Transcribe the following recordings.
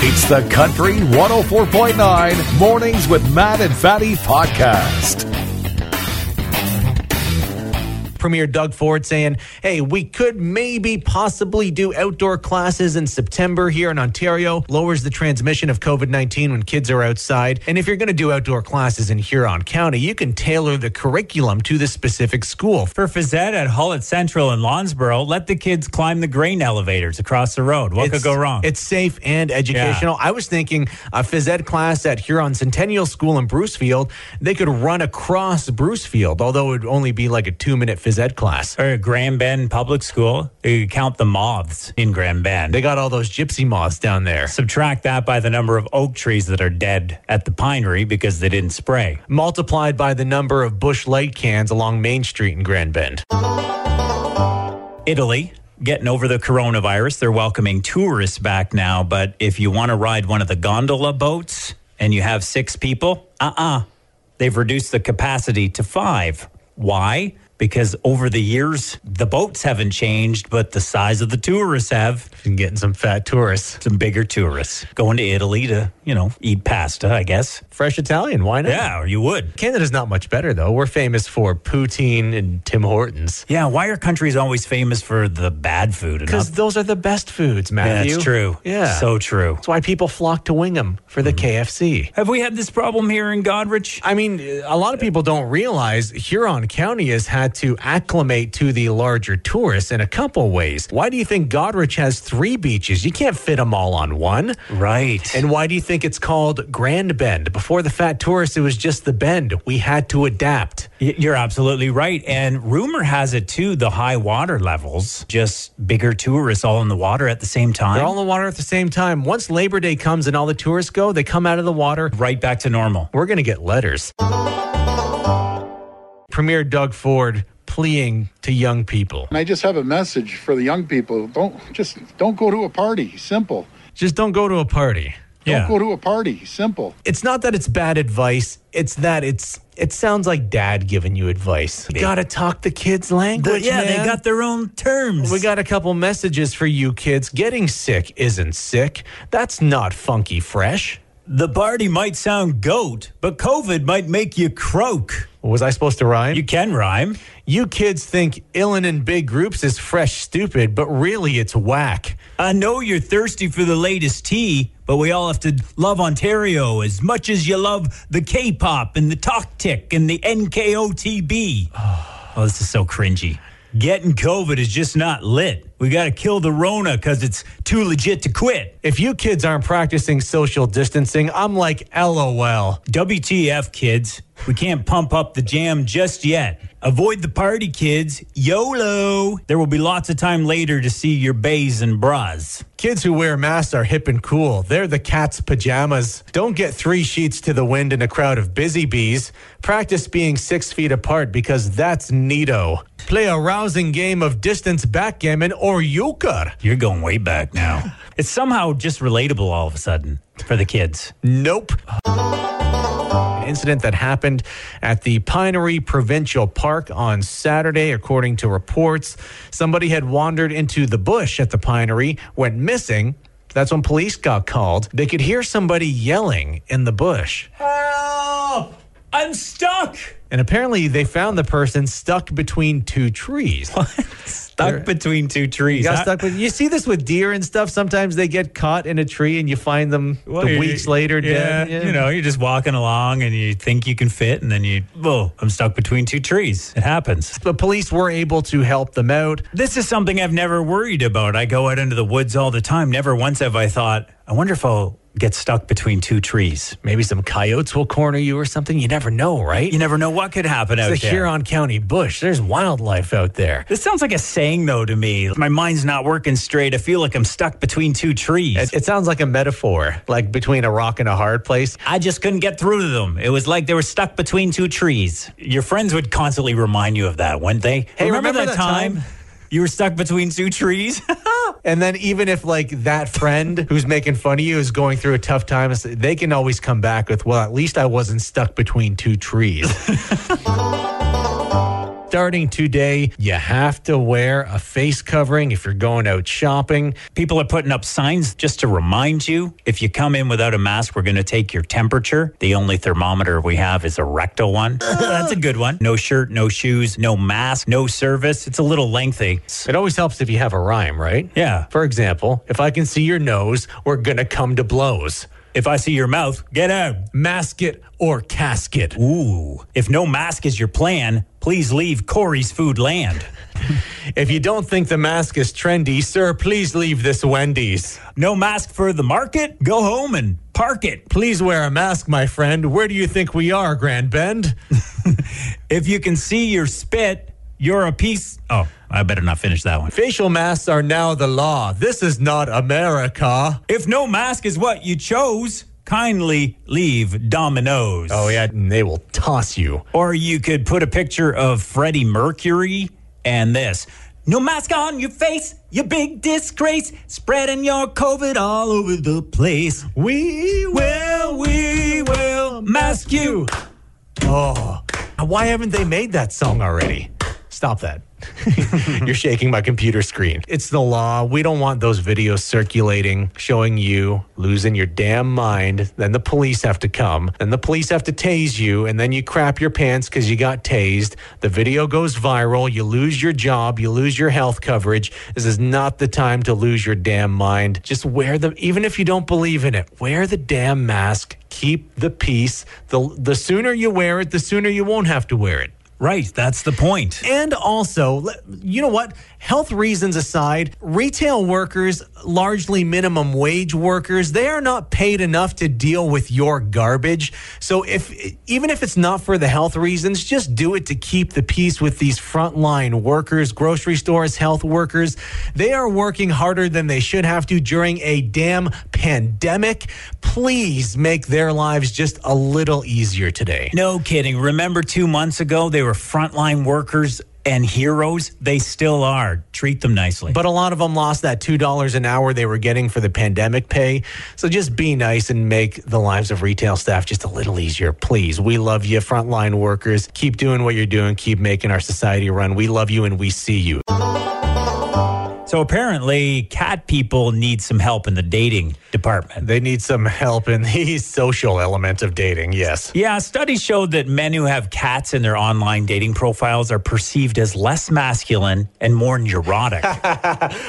It's the Country 104.9 Mornings with Matt and Fatty podcast. Premier Doug Ford saying, hey, we could maybe possibly do outdoor classes in September here in Ontario. Lowers the transmission of COVID 19 when kids are outside. And if you're going to do outdoor classes in Huron County, you can tailor the curriculum to the specific school. For Fazette at Hullett Central in Lawnsboro, let the kids climb the grain elevators across the road. What could It's- go wrong? It's safe and educational. I was thinking a phys ed class at Huron Centennial School in Brucefield, they could run across Brucefield, although it would only be like a two minute phys ed class. or Grand Bend Public School. You could count the moths in Grand Bend. They got all those gypsy moths down there. Subtract that by the number of oak trees that are dead at the pinery because they didn't spray. multiplied by the number of bush light cans along Main Street in Grand Bend. Italy getting over the coronavirus. They're welcoming tourists back now, but if you want to ride one of the gondola boats and you have six people, uh uh-uh. uh. they have reduced the capacity to five. Why? Because over the years, the boats haven't changed, but the size of the tourists have. And getting some fat tourists. Some bigger tourists going to Italy to, you know, eat pasta, I guess. Fresh Italian, why not? Yeah, or you would. Canada's not much better, though. We're famous for poutine and Tim Hortons. Yeah, why are countries always famous for the bad food and not Because those are the best foods, Matthew. That's true. Yeah. So true. That's why people flock to Wingham for the KFC. Have we had this problem here in Godrich? Mm-hmm. I mean, a lot of people don't realize Huron County has had to acclimate to the larger tourists in a couple ways. Why do you think Godrich has three beaches? You can't fit them all on one. Right. And why do you think it's called Grand Bend? Before the Fat Tourist, it was just the bend. We had to adapt. Y- You're absolutely right. And rumor has it, too, the high water levels, just bigger tourists all in the water at the same time. They're all in the water at the same time. Once Labor Day comes and all the tourists go, they come out of the water. right back to normal. We're going to get letters. Premier Doug Ford pleading to young people And I just have a message for the young people. Don't just don't go to a party. Simple. just don't go to a party. Yeah. Go to a party. Simple. It's not that it's bad advice. It's that it's it sounds like dad giving you advice. You gotta talk the kids' language. yeah, they man. got their own terms. We got a couple messages for you kids. Getting sick isn't sick. That's not funky fresh. the party might sound goat, but COVID might make you croak. Was I supposed to rhyme? You You, can rhyme. kids think illin' in big groups is fresh stupid, but really it's whack. I know you're thirsty for the latest tea, but we all have to love Ontario as much as you love the K pop and the Toktik and the NKOTB. Oh, this is so cringy. Getting COVID is just not lit. We got to kill the Rona because it's too legit to quit. If you kids aren't practicing social distancing, I'm like, lol. WTF, kids. We can't pump up the jam just yet. Avoid the party, kids. YOLO. There will be lots of time later to see your bays and bras. Kids who wear masks are hip and cool. They're the cat's pajamas. Don't get three sheets to the wind in a crowd of busy bees. Practice being six feet apart because that's neato. Play a rousing game of distance backgammon or euchre. You're going way back now. it's somehow just relatable all of a sudden for the kids. Nope. An incident that happened at the Pinery Provincial Park on Saturday, according to reports. Somebody had wandered into the bush at the Pinery, went missing. That's when police got called. They could hear somebody yelling in the bush. Help! I'm stuck! And apparently, they found the person stuck between two trees. Stuck between two trees. You, got I- stuck with, you see this with deer and stuff. Sometimes they get caught in a tree and you find them Well, the you- weeks later yeah, dead. Yeah. You know, you're just walking along and you think you can fit, and then you, whoa, I'm stuck between two trees. It happens. But police were able to help them out. This is something I've never worried about. I go out into the woods all the time. Never once have I thought, I wonder if I'll get stuck between two trees. Maybe some coyotes will corner you or something. You never know, right? You never know what could happen out it's the there. Huron County bush. There's wildlife out there. This sounds like a saying, though, to me. My mind's not working straight. I feel like I'm stuck between two trees. It, it sounds like a metaphor, like between a rock and a hard place. I just couldn't get through to them. It was like they were stuck between two trees. Your friends would constantly remind you of that, wouldn't they? Hey, remember that time? you were stuck between two trees? And then even if like that friend who's making fun of you is going through a tough time, it's- they can always come back with, "Well, at least I wasn't stuck between two trees." starting today. You have to wear a face covering if you're going out shopping. People are putting up signs just to remind you if you come in without a mask, we're going to take your temperature. The only thermometer we have is a rectal one. That's a good one. No shirt, no shoes, no mask, no service. It's a little lengthy. It always helps if you have a rhyme, right? Yeah. For example, if I can see your nose, we're going to come to blows. If I see your mouth, get out. Mask it or casket. Ooh. If no mask is your plan, please leave Corey's food land. If you don't think the mask is trendy, sir, please leave this Wendy's. No mask for the market? Go home and park it. Please wear a mask, my friend. Where do you think we are, Grand Bend? If you can see your spit, you're a piece. Oh, I better not finish that one. Facial masks are now the law. This is not America. If no mask is what you chose, kindly leave Domino's. Oh, yeah, and they will toss you. Or you could put a picture of Freddie Mercury and this. No mask on your face, you big disgrace, spreading your COVID all over the place. We Well, we will mask you. Oh, why haven't they made that song already? Stop that. You're shaking my computer screen. It's the law. We don't want those videos circulating showing you losing your damn mind. Then the police have to come. Then the police have to tase you. And then you crap your pants because you got tased. The video goes viral. You lose your job. You lose your health coverage. This is not the time to lose your damn mind. Just wear them, even if you don't believe in it, wear the damn mask keep the peace. The the sooner you wear it, the sooner you won't have to wear it. Right, that's the point. And also, le- you know what? Health reasons aside, retail workers, largely minimum wage workers, they are not paid enough to deal with your garbage. So if even if it's not for the health reasons, just do it to keep the peace with these frontline workers, grocery stores, health workers. They are working harder than they should have to during a damn pandemic. Please make their lives just a little easier today. No kidding. Remember two months ago, they were frontline workers and heroes? They still are. Treat them nicely. But a lot of them lost that $2 an hour they were getting for the pandemic pay. So just be nice and make the lives of retail staff just a little easier, please. We love you, frontline workers. Keep doing what you're doing. Keep making our society run. We love you and we see you. So apparently, cat people need some help in the dating department. They need some help in the social element of dating, yes. Yeah, studies showed that men who have cats in their online dating profiles are perceived as less masculine and more neurotic.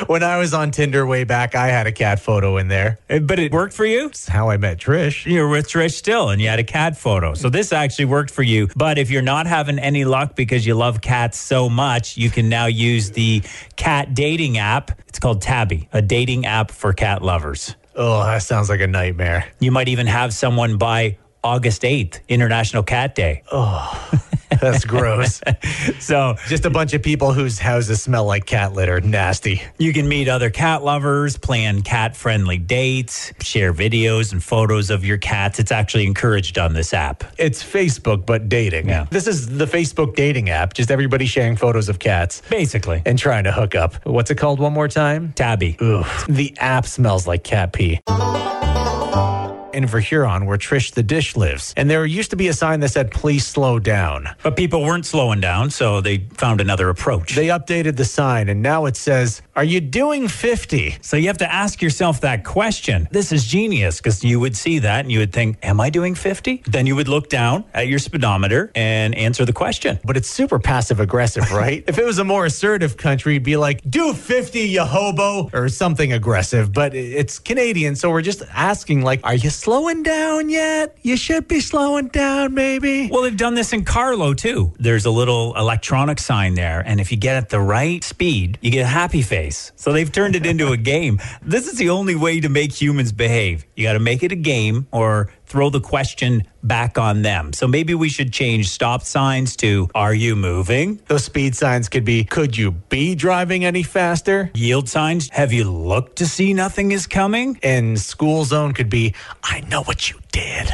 When I was on Tinder way back, I had a cat photo in there. It's but it worked for you? how I met Trish. You're with Trish still and you had a cat photo. So this actually worked for you. But if you're not having any luck because you love cats so much, you can now use the cat dating app. It's called Tabby, a dating app for cat lovers. Oh, that sounds like a nightmare. You might even have someone by August 8th, International Cat Day. That's gross. So just a bunch of people whose houses smell like cat litter. Nasty. You can meet other cat lovers, plan cat friendly dates, share videos and photos of your cats. It's actually encouraged on this app. It's Facebook, but dating. Yeah. This is the Facebook dating app. Just everybody sharing photos of cats Basically, and trying to hook up. What's it called one more time? Tabby. Oof. The app smells like cat pee. In Verhuron, where Trish the Dish lives. And there used to be a sign that said, please slow down. But people weren't slowing down, so they found another approach. They updated the sign and now it says, are you doing 50? so you have to ask yourself that question. This is genius because you would see that and you would think, Am I doing 50? Then you would look down at your speedometer and answer the question. But it's super passive aggressive, right? if it was a more assertive country, it'd be like, do 50, you hobo, or something aggressive. But i- it's Canadian, so we're just asking, like, are you slowing down yet? You should be slowing down, maybe. Well, they've done this in Carlo too. There's a little electronic sign there, and if you get at the right speed, you get a happy face. So they've turned it into a game. This is the only way to make humans behave. You got to make it a game or throw the question back on them. So maybe we should change stop signs to are you moving? Those speed signs could be, could you be driving any faster? Yield signs, have you looked to see nothing is coming? And school zone could be, I know what you did.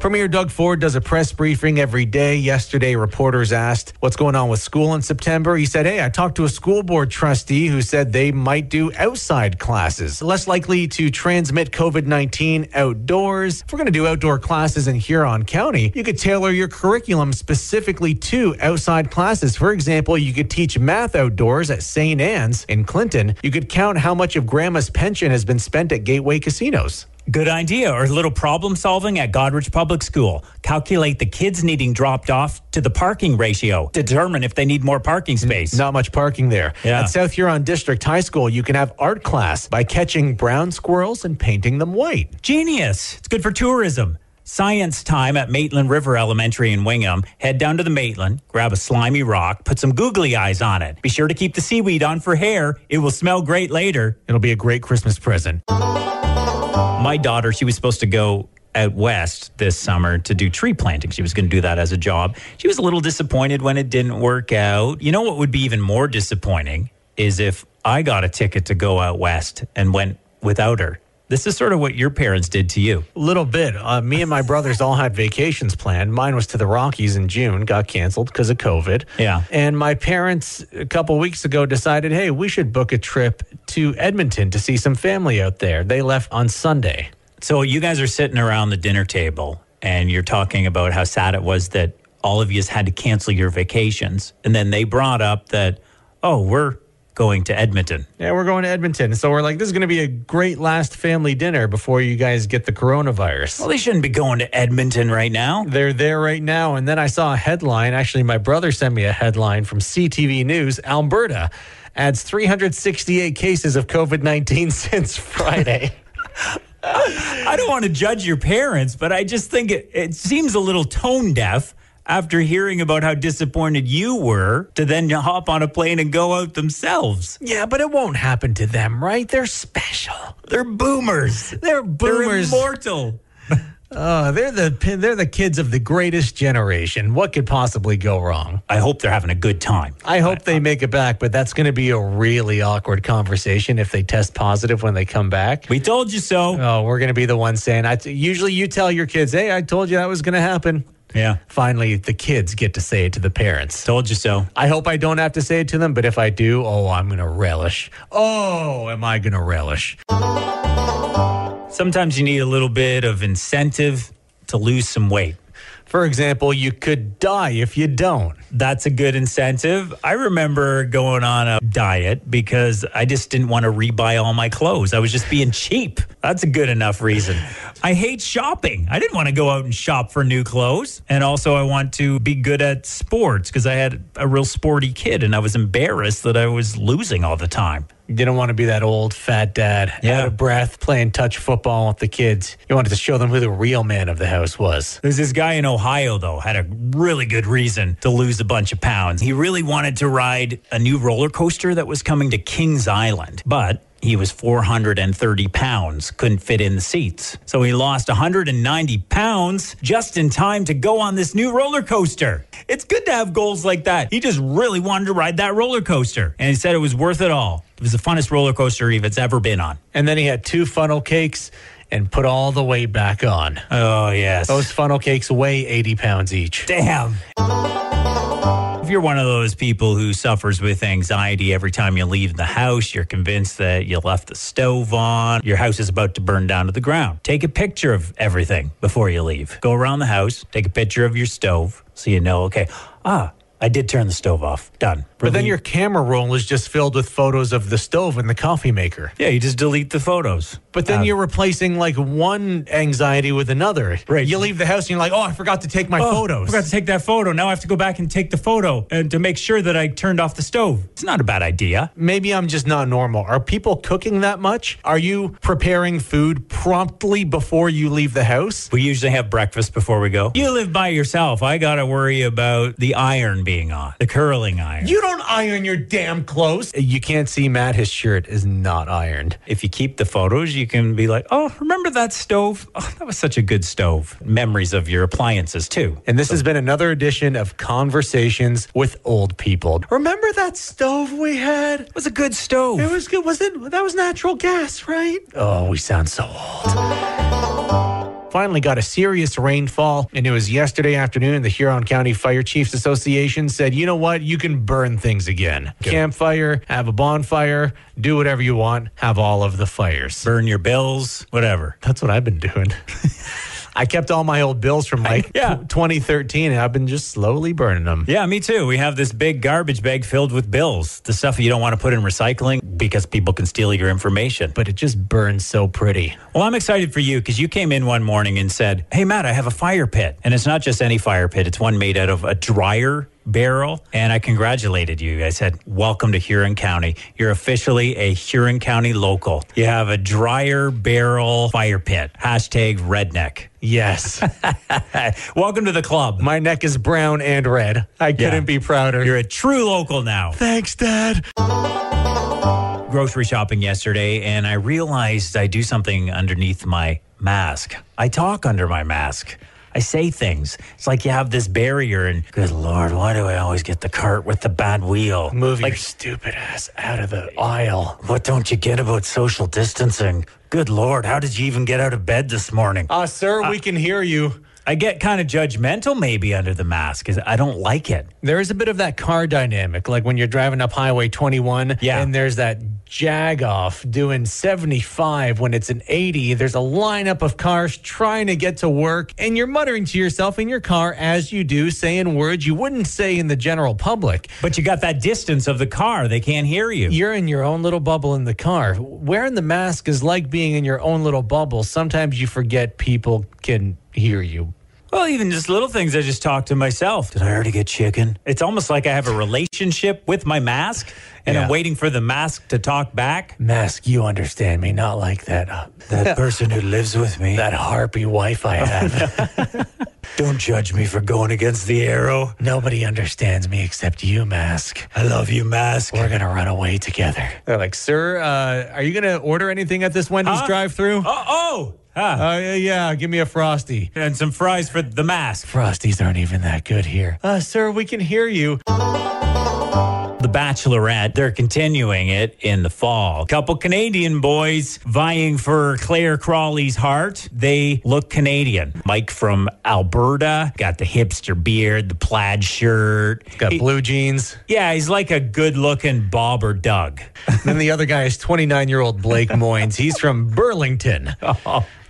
Premier Doug Ford does a press briefing every day. Yesterday, reporters asked what's going on with school in September. He said, Hey, I talked to a school board trustee who said they might do outside classes, less likely to transmit COVID 19 outdoors. If we're going to do outdoor classes in Huron County, you could tailor your curriculum specifically to outside classes. For example, you could teach math outdoors at St. Anne's in Clinton. You could count how much of grandma's pension has been spent at Gateway casinos. Good idea. Or a little problem solving at Godrich Public School. Calculate the kids needing dropped off to the parking ratio. Determine if they need more parking space. Not much parking there. Yeah. At South Huron District High School, you can have art class by catching brown squirrels and painting them white. Genius. It's good for tourism. Science time at Maitland River Elementary in Wingham. Head down to the Maitland, grab a slimy rock, put some googly eyes on it. Be sure to keep the seaweed on for hair. It will smell great later. It'll be a great Christmas present. My daughter, she was supposed to go out west this summer to do tree planting. She was going to do that as a job. She was a little disappointed when it didn't work out. You know what would be even more disappointing is if I got a ticket to go out west and went without her. This is sort of what your parents did to you. little bit. Uh, me and my brothers all had vacations planned. Mine was to the Rockies in June, got canceled because of COVID. Yeah. And my parents a couple weeks ago decided, hey, we should book a trip to Edmonton to see some family out there. They left on Sunday. So you guys are sitting around the dinner table and you're talking about how sad it was that all of you had to cancel your vacations. And then they brought up that, oh, we're going to Edmonton. Yeah, we're going to Edmonton. So we're like, this is going to be a great last family dinner before you guys get the coronavirus. Well, they shouldn't be going to Edmonton right now. They're there right now. And then I saw a headline. Actually, my brother sent me a headline from CTV News Alberta adds 368 cases of COVID 19 since Friday. I don't want to judge your parents, but I just think it, it seems a little tone deaf after hearing about how disappointed you were to then hop on a plane and go out themselves. yeah, but it won't happen to them, right? They're special. They're boomers. They're They're boomers. immortal. Uh, they're the pin- they're the kids of the greatest generation. What could possibly go wrong? I hope they're having a good time. I hope they make it back, but that's going to be a really awkward conversation if they test positive when they come back. We told you so. Oh, we're going to be the ones saying, I t- usually you tell your kids, hey, I told you that was going to happen. Yeah. Finally, the kids get to say it to the parents. Told you so. I hope I don't have to say it to them, but if I do, oh, I'm going to relish. Oh, am I going to relish? Sometimes you need a little bit of incentive to lose some weight. For example, you could die if you don't. That's a good incentive. I remember going on a diet because I just didn't want to rebuy all my clothes. I was just being cheap. That's a good enough reason. I hate shopping. I didn't want to go out and shop for new clothes. And also, I want to be good at sports because I had a real sporty kid and I was embarrassed that I was losing all the time. You didn't want to be that old fat dad, Yeah. out of breath, playing touch football with the kids. You wanted to show them who the real man of the house was. There's this guy in Ohio, though, had a really good reason to lose a bunch of pounds. He really wanted to ride a new roller coaster that was coming to Kings Island, but he was 430 pounds, couldn't fit in the seats. So he lost 190 pounds just in time to go on this new roller coaster. It's good to have goals like that. He just really wanted to ride that roller coaster, and he said it was worth it all. It was the funnest roller coaster he's ever been on. And then he had two funnel cakes and put all the weight back on. Oh, yes. Those funnel cakes weigh 80 pounds each. Damn. If you're one of those people who suffers with anxiety every time you leave the house, you're convinced that you left the stove on, your house is about to burn down to the ground. Take a picture of everything before you leave. Go around the house, take a picture of your stove so you know, okay, ah, I did turn the stove off. Done. But then Relieved. your camera roll is just filled with photos of the stove and the coffee maker. yeah, you just delete the photos. But then you're replacing like one anxiety with another. Right. You leave the house and you're like, oh, I forgot to take my Oh, photos. Forgot to take that photo. Now I have to go back and take the photo and to make sure that I turned off the stove. It's not a bad idea. Maybe I'm just not normal. Are people cooking that much? Are you preparing food promptly before you leave the house? We usually have breakfast before we go. You live by yourself. I got to worry about the iron being on, the curling iron. You don't iron your damn clothes. You can't see Matt. His shirt is not ironed. if you keep the photos, you can be like, oh, remember that stove? Oh, that was such a good stove. Memories of your appliances, too. And this has been another edition of Conversations with Old People. Remember that stove we had? It was a good stove. It was good. Was it? That was natural gas, right? Oh, we sound so old. finally got a serious rainfall. And it was yesterday afternoon, the Huron County Fire Chiefs Association said, you know what? You can burn things again. Campfire, have a bonfire, do whatever you want, have all of the fires. Burn your bills, whatever. That's what I've been doing. I kept all my old bills from like Yeah. tw 2013, and I've been just slowly burning them. Yeah, me too. We have this big garbage bag filled with bills, the stuff you don't want to put in recycling because people can steal your information. But it just burns so pretty. Well, I'm excited for you because you came in one morning and said, Hey, Matt, I have a fire pit. And it's not just any fire pit, it's one made out of a dryer barrel. And I congratulated you. I said, Welcome to Huron County. You're officially a Huron County local. You have a dryer barrel fire pit. Hashtag redneck. Yes. Welcome to the club. my neck is brown and red. I couldn't be prouder. You're a true local now. Thanks, Dad. grocery shopping yesterday and I realized I do something underneath my mask. I talk under my mask. I say things. It's like you have this barrier, and good lord, why do I always get the cart with the bad wheel? Move like, your stupid ass out of the aisle. what don't you get about social distancing? Good lord, how did you even get out of bed this morning? Uh, sir, we can hear you. I get kind of judgmental maybe under the mask because I don't like it. There is a bit of that car dynamic, like when you're driving up Highway 21, Yeah. and there's that jag off doing 75 when it's an 80. There's a lineup of cars trying to get to work, and you're muttering to yourself in your car as you do, saying words you wouldn't say in the general public. But you got that distance of the car, they can't hear you. You're in your own little bubble in the car. Wearing the mask is like being in your own little bubble. Sometimes you forget people can hear you. Well, even just little things. I just talk to myself. Did I already get chicken? It's almost like I have a relationship with my mask, and Yeah. I'm waiting for the mask to talk back. Mask, you understand me, not like that That person who lives with me. that harpy wife I have. Don't judge me for going against the arrow. Nobody understands me except you, Mask. I love you, mask. We're gonna run away together. They're like, sir, uh, are you gonna order anything at this Wendy's Huh? drive-through? Oh, oh, huh. Uh, yeah, yeah, give me a frosty. and some fries for the mask. Frosties aren't even that good here. Uh, sir, we can hear you. The Bachelorette. They're continuing it in the fall. Couple Canadian boys vying for Claire Crawley's heart. They look Canadian. Mike from Alberta got the hipster beard, the plaid shirt. Got He- blue jeans. Yeah, he's like a good looking Bob or Doug. then the other guy is 29 year old Blake Moynes. He's from Burlington.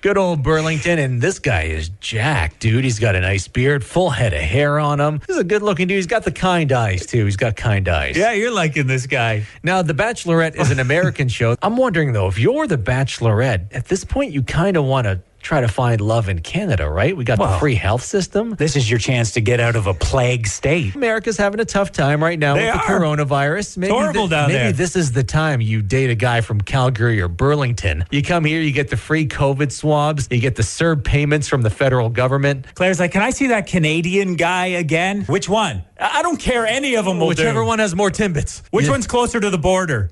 Good old Burlington. And this guy is Jack, dude. He's got a nice beard, full head of hair on him. He's a good looking dude. He's got the kind eyes, too. He's got kind eyes. you're liking this guy. Now, The Bachelorette is an American show. I'm wondering, though, if you're The Bachelorette, at this point, you kind of want to try to find love in Canada, right? We got the Well- free health system. This is your chance to get out of a plague state. America's having a tough time right now They with the are. coronavirus. Maybe horrible down maybe there. this is the time you date a guy from Calgary or Burlington. You come here, you get the free COVID swabs, you get the CERB payments from the federal government. Claire's like, can I see that Canadian guy again? Which one? I I don't care. Any of them will Whichever do. one has more timbits. Which Yeah. one's closer to the border?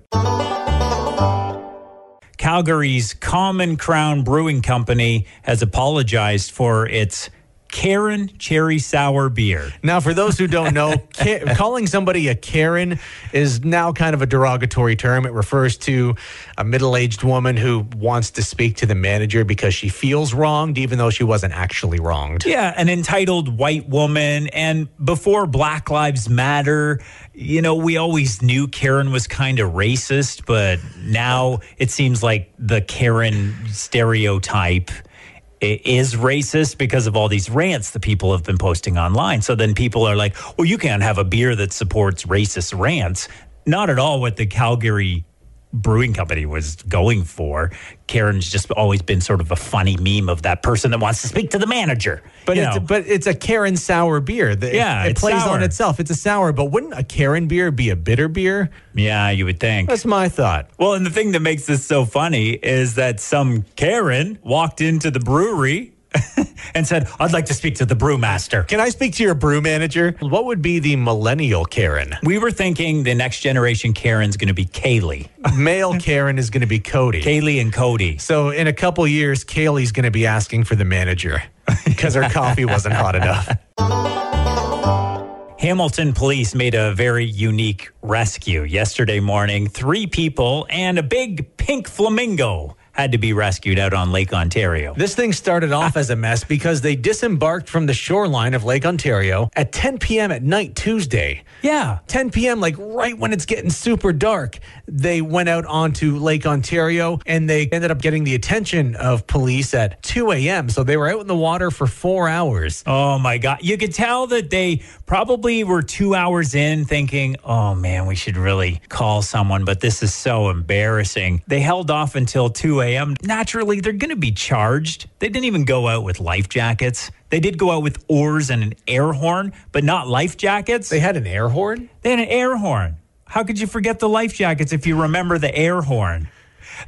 Calgary's Common Crown Brewing Company has apologized for its Karen Cherry Sour beer. Now, for those who don't know, ca- calling somebody a Karen is now kind of a derogatory term. It refers to a middle aged woman who wants to speak to the manager because she feels wronged, even though she wasn't actually wronged. Yeah, an entitled white woman. And before Black Lives Matter, you know, we always knew Karen was kind of racist, but now it seems like the Karen stereotype i- is racist because of all these rants the people have been posting online. So then people are like, well, you can't have a beer that supports racist rants. Not at all what the Calgary brewing company was going for. Karen's just always been sort of a funny meme of that person that wants to speak to the manager. But you it's, know. but it's a Karen sour beer. The- Yeah, it it's plays on sour. itself. It's a sour, but wouldn't a Karen beer be a bitter beer? yeah, you would think. That's my thought. Well, and the thing that makes this so funny is that some Karen walked into the brewery and said, I'd like to speak to the brewmaster. Can I speak to your brew manager? What would be the millennial Karen? We were thinking the next generation Karen's going to be Kaylee. Male Karen is going to be Cody. Kaylee and Cody. So in a couple years, Kaylee's going to be asking for the manager because her coffee wasn't hot enough. Hamilton police made a very unique rescue yesterday morning. Three people and a big pink flamingo had to be rescued out on Lake Ontario. This thing started off as a mess because they disembarked from the shoreline of Lake Ontario at 10 p.m. at night Tuesday. Yeah. 10 p.m., like right when it's getting super dark, they went out onto Lake Ontario and they ended up getting the attention of police at 2 a.m. So they were out in the water for four hours. Oh my God. You could tell that they probably were two hours in thinking, oh man, we should really call someone, but this is so embarrassing. They held off until 2 a.m. Naturally, they're going to be charged. They didn't even go out with life jackets. They did go out with oars and an air horn, but not life jackets. They had an air horn? They had an air horn. How could you forget the life jackets if you remember the air horn?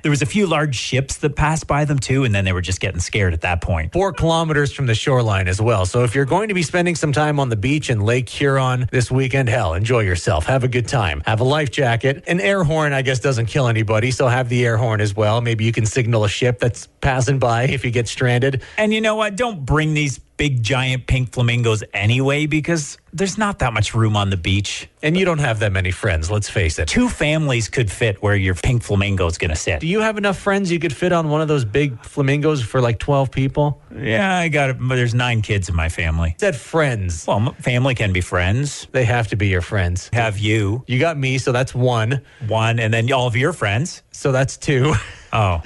There was a few large ships that passed by them too, and then they were just getting scared at that point. Four kilometers from the shoreline as well. So if you're going to be spending some time on the beach in Lake Huron this weekend, hell, enjoy yourself. Have a good time. Have a life jacket. An air horn, I guess, doesn't kill anybody. So have the air horn as well. Maybe you can signal a ship that's passing by if you get stranded. And you know what? Don't bring these big giant pink flamingos anyway because there's not that much room on the beach. And you don't have that many friends, let's face it. Two families could fit where your pink flamingo's going to sit. Do you have enough friends you could fit on one of those big flamingos for like 12 people? Yeah, I got it. but There's nine kids in my family. Said friends. Well, m- family can be friends. They have to be your friends. Have you You got me, so that's one. one, and then all of your friends? So that's two. Oh,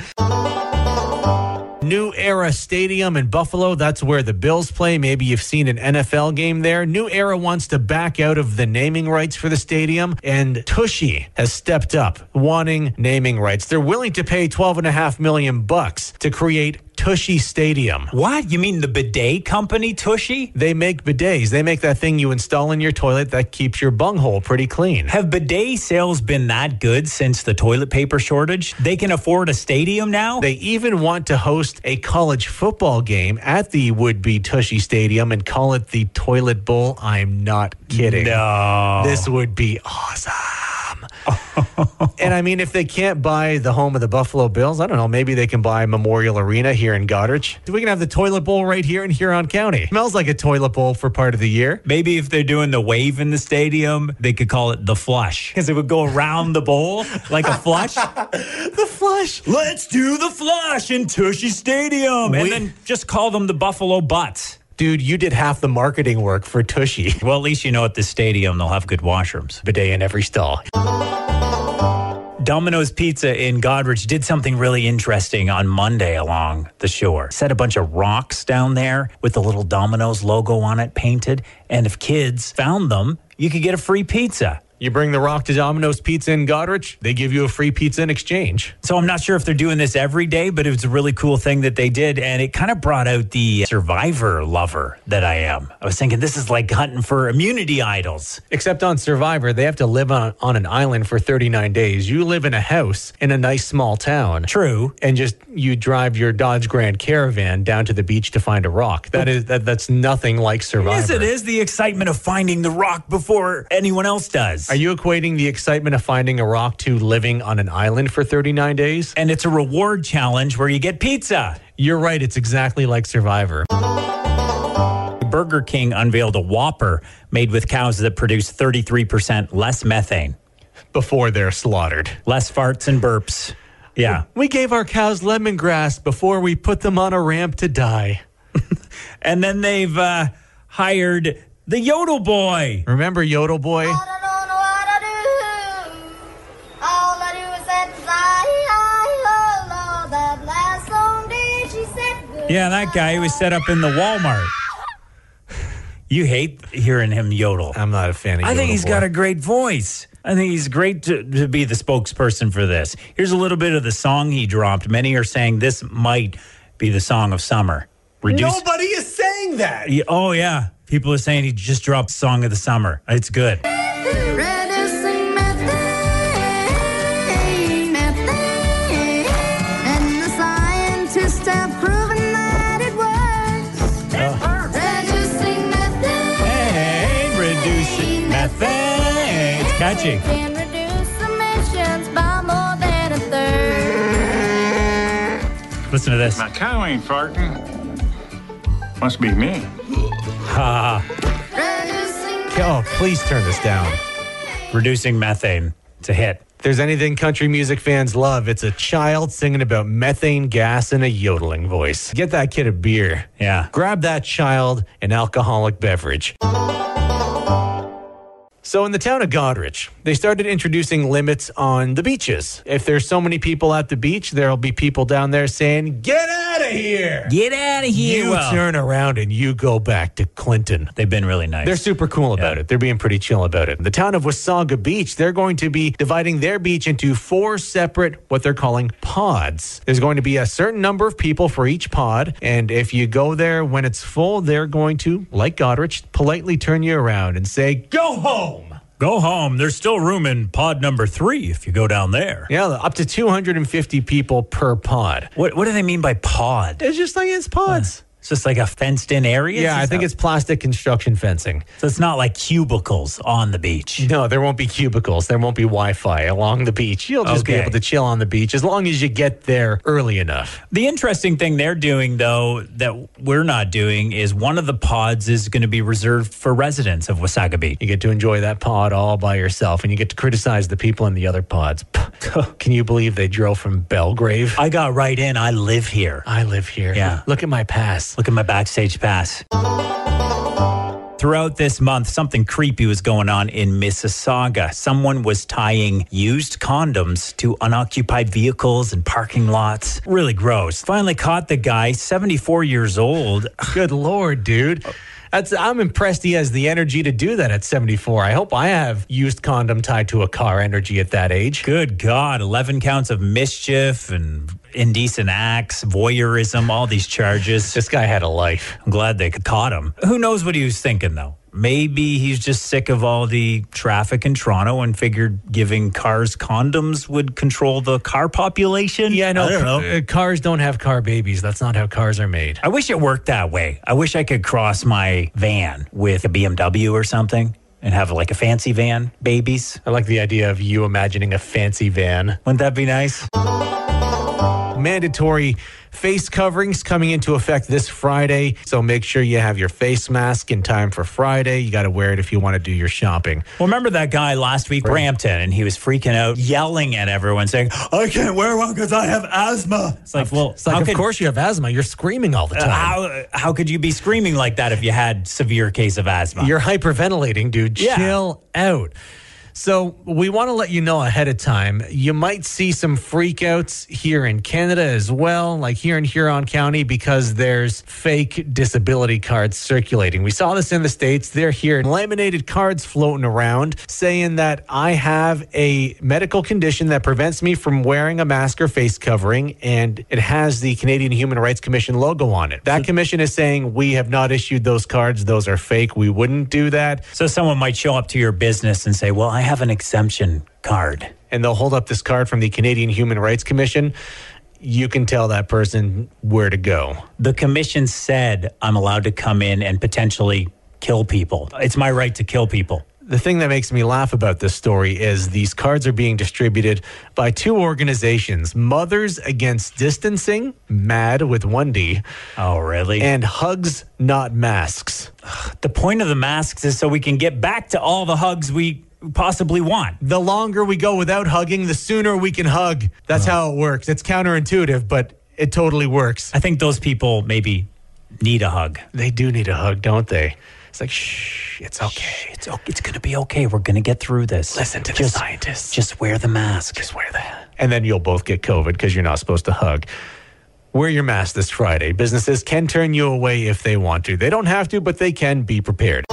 New Era Stadium in Buffalo. That's where the Bills play. Maybe you've seen an NFL game there. New Era wants to back out of the naming rights for the stadium, and Tushy has stepped up, wanting naming rights. They're willing to pay twelve and a half million bucks to create Tushy Stadium. what? You mean the bidet company, Tushy? They make bidets. They make that thing you install in your toilet that keeps your bunghole pretty clean. Have bidet sales been that good since the toilet paper shortage? They can afford a stadium now? They even want to host a college football game at the would be Tushy Stadium and call it the Toilet Bowl. I'm not kidding. no. This would be awesome. and I mean, if they can't buy the home of the Buffalo Bills, I don't know. Maybe they can buy Memorial Arena here in Goderich. We can have the toilet bowl right here in Huron County. Smells like a toilet bowl for part of the year. Maybe if they're doing the wave in the stadium, they could call it the flush because it would go around the bowl like a flush. The flush. Let's do the flush in Tushy Stadium We- and then just call them the Buffalo Butts. Dude, you did half the marketing work for Tushy. Well, at least you know at this stadium they'll have good washrooms. Bidet in every stall. Domino's Pizza in Godrich did something really interesting on Monday along the shore. Set a bunch of rocks down there with the little Domino's logo on it painted. And if kids found them, you could get a free pizza. You bring the rock to Domino's Pizza in Goderich, they give you a free pizza in exchange. So I'm not sure if they're doing this every day, but it was a really cool thing that they did. And it kind of brought out the survivor lover that I am. I was thinking this is like hunting for immunity idols. Except on Survivor, they have to live on, on an island for 39 days. You live in a house in a nice small town. True. And just you drive your Dodge Grand Caravan down to the beach to find a rock. That is that that's nothing like Survivor. Yes, it is the excitement of finding the rock before anyone else does. Are you equating the excitement of finding a rock to living on an island for 39 days? and it's a reward challenge where you get pizza. You're right, it's exactly like Survivor. Burger King unveiled a Whopper made with cows that produce 33% less methane, Before they're slaughtered. less farts and burps. Yeah. We gave our cows lemongrass before we put them on a ramp to die. And then they've uh, hired the Yodel Boy. Remember Yodel Boy? I don't know what I do. All I do is set I, I, oh Lord, that last Sunday she said goodbye. Yeah, that guy who was set up in the Walmart. You hate hearing him yodel. I'm not a fan of I think he's he's got a great voice. I think he's great to, to be the spokesperson for this. Here's a little bit of the song he dropped. Many are saying this might be the song of summer. Reduce. Nobody is saying that. Yeah, Oh, yeah. People are saying he just dropped Song of the Summer. It's good. Red is seen methane, methane, and the scientists have proven that it works. Reducing methane Hey, reducing methane. It's catchy. can reduce emissions by more than a third. Listen to this. My cow ain't farting. Must be me. Reducing Oh, please turn this down. Reducing methane. It's a hit. there's anything country music fans love, it's a child singing about methane gas in a yodeling voice. Get that kid a beer. Yeah. Grab that child an alcoholic beverage. So, in the town of Godrich, they started introducing limits on the beaches. If there's so many people at the beach, there'll be people down there saying, Get out of here! Get out of here. you Well, turn around and you go back to Clinton. They've been really nice. They're super cool about it. They're being pretty chill about it. The town of Wasaga Beach, they're going to be dividing their beach into four separate, what they're calling pods. There's going to be a certain number of people for each pod. And if you go there when it's full, they're going to, like Godrich, politely turn you around and say, Go home! Go home. There's still room in pod number three if you go down there. Yeah, up to 250 people per pod. What, what do they mean by pod? It's just like it's pods. It's just like a fenced in area? yeah, I think it's plastic construction fencing. So it's not like cubicles on the beach. No, there won't be cubicles. There won't be Wi Fi along the beach. You'll just be Okay. able to chill on the beach as long as you get there early enough. The interesting thing they're doing, though, that we're not doing is one of the pods is going to be reserved for residents of Wasaga Beach. You get to enjoy that pod all by yourself and you get to criticize the people in the other pods. Pah. Can you believe they drove from Belgrave? I got right in. I live here. I live here. Yeah. Look at my pass. Look at my backstage pass. Throughout this month, something creepy was going on in Mississauga. Someone was tying used condoms to unoccupied vehicles and parking lots. Really gross. Finally caught the guy, 74 years old. Good Lord, dude. That's, I'm impressed he has the energy to do that at 74. I hope I have used condom tied to a car energy at that age. Good God, 11 counts of mischief and indecent acts, voyeurism, all these charges. This guy had a life. I'm glad they caught him. Who knows what he was thinking, though? Maybe he's just sick of all the traffic in Toronto and figured giving cars condoms would control the car population. Yeah, no, I don't know. uh, cars don't have car babies. That's not how cars are made. I wish it worked that way. I wish I could cross my van with a BMW or something and have like a fancy van, babies. I like the idea of you imagining a fancy van. Wouldn't that be nice? Mandatory face coverings coming into effect this Friday. So make sure you have your face mask in time for Friday. You got to wear it if you want to do your shopping. Well, remember that guy last week, Brampton, and he was freaking out, yelling at everyone, saying, I can't wear one because I have asthma. It's like, well, It's like, how of could- Uh, course you have asthma. You're screaming all the time. How, how could you be screaming like that if you had severe case of asthma? You're hyperventilating, dude. Yeah. Chill out. So, we want to let you know ahead of time. You might see some freakouts here in Canada as well, like here in Huron County, because there's fake disability cards circulating. We saw this in the States. They're here, laminated cards floating around saying that I have a medical condition that prevents me from wearing a mask or face covering, and it has the Canadian Human Rights Commission logo on it. That commission is saying, We have not issued those cards. Those are fake. We wouldn't do that. so someone might show up to your business and say, well, I have an exemption card. and they'll hold up this card from the Canadian Human Rights Commission, you can tell that person where to go. The commission said I'm allowed to come in and potentially kill people. It's my right to kill people. The thing that makes me laugh about this story is these cards are being distributed by two organizations Mothers Against Distancing, MAD with 1D, Oh, really? And and Hugs Not Masks. the point of the masks is so we can get back to all the hugs we possibly want. The longer we go without hugging, the sooner we can hug. That's how it works. It's counterintuitive, but it totally works. I think those people maybe need a hug. They do need a hug, don't they? It's like, shh, it's okay. It's okay. It's going to be okay. We're going to get through this. Listen to the just, scientists. Just wear the mask. Just wear the and then you'll both get COVID because you're not supposed to hug. Wear your mask this Friday. Businesses can turn you away if they want to. They don't have to, but they can be prepared.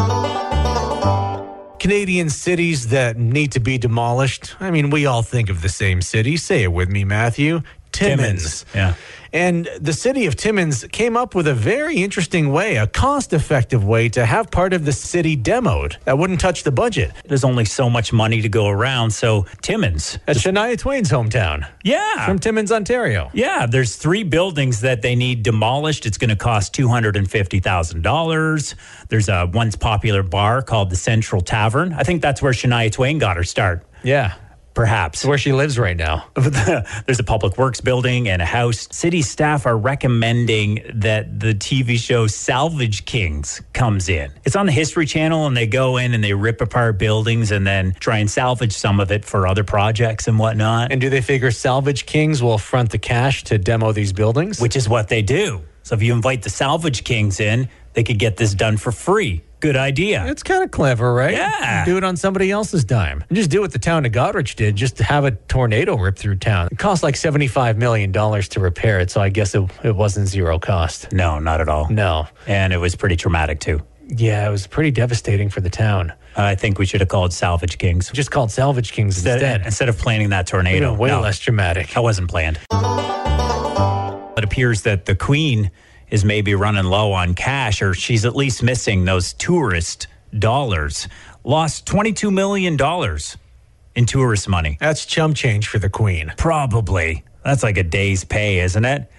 Canadian cities that need to be demolished. I mean, we all think of the same city. Say it with me, Matthew. Timmins. Timmins, yeah. And the city of Timmins came up with a very interesting way, a cost effective way to have part of the city demoed that wouldn't touch the budget. there's only so much money to go around. So Timmins, At Shania Twain's hometown yeah, from Timmins, Ontario. yeah. There's three buildings that they need demolished. It's going to cost two hundred and fifty thousand dollars. There's a once popular bar called the Central Tavern. I think that's where Shania Twain got her start. Yeah. perhaps. where she lives right now. There's a public works building and a house. City staff are recommending that the TV show Salvage Kings comes in. It's on the History Channel, and they go in and they rip apart buildings and then try and salvage some of it for other projects and whatnot, And do they figure salvage kings will front the cash to demo these buildings? which is what they do. So if you invite the Salvage Kings in, they could get this done for free. Good idea. it's kind of clever, right? Yeah. Do it on somebody else's dime. And just do what the town of Goderich did, just have a tornado rip through town. It cost like $75 million to repair it, so I guess it, it wasn't zero cost. no, not at all. No. And it was pretty traumatic too. Yeah, it was pretty devastating for the town. I think we should have called Salvage Kings Just called Salvage Kings instead, instead. instead of planning that You know, tornado. way No. less dramatic. That wasn't planned. It appears that the Queen is maybe running low on cash, or she's at least missing those tourist dollars. Lost $22 million in tourist money. That's chum change for the queen. Probably. That's like a day's pay, isn't it?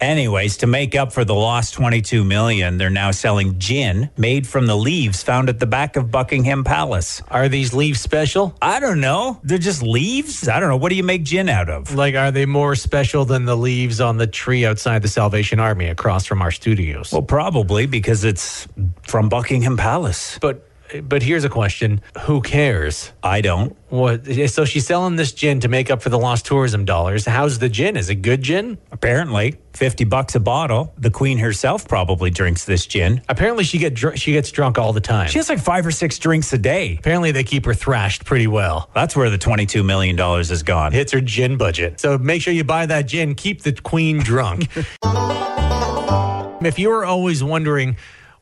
Anyways, to make up for the lost 22 million, they're now selling gin made from the leaves found at the back of Buckingham Palace. Are these leaves special? I don't know. They're just leaves? I don't know. What do you make gin out of? Like, are they more special than the leaves on the tree outside the Salvation Army across from our studios? Well, probably because it's from Buckingham Palace. but but here's a question: Who cares? I don't. What? So she's selling this gin to make up for the lost tourism dollars. How's the gin? Is it good gin? Apparently, 50 bucks a bottle. The queen herself probably drinks this gin. Apparently, she get dr- she gets drunk all the time. She has like five or six drinks a day. Apparently, they keep her thrashed pretty well. That's where the $22 million is gone. Hits her gin budget. So make sure you buy that gin. Keep the queen drunk. if you were always wondering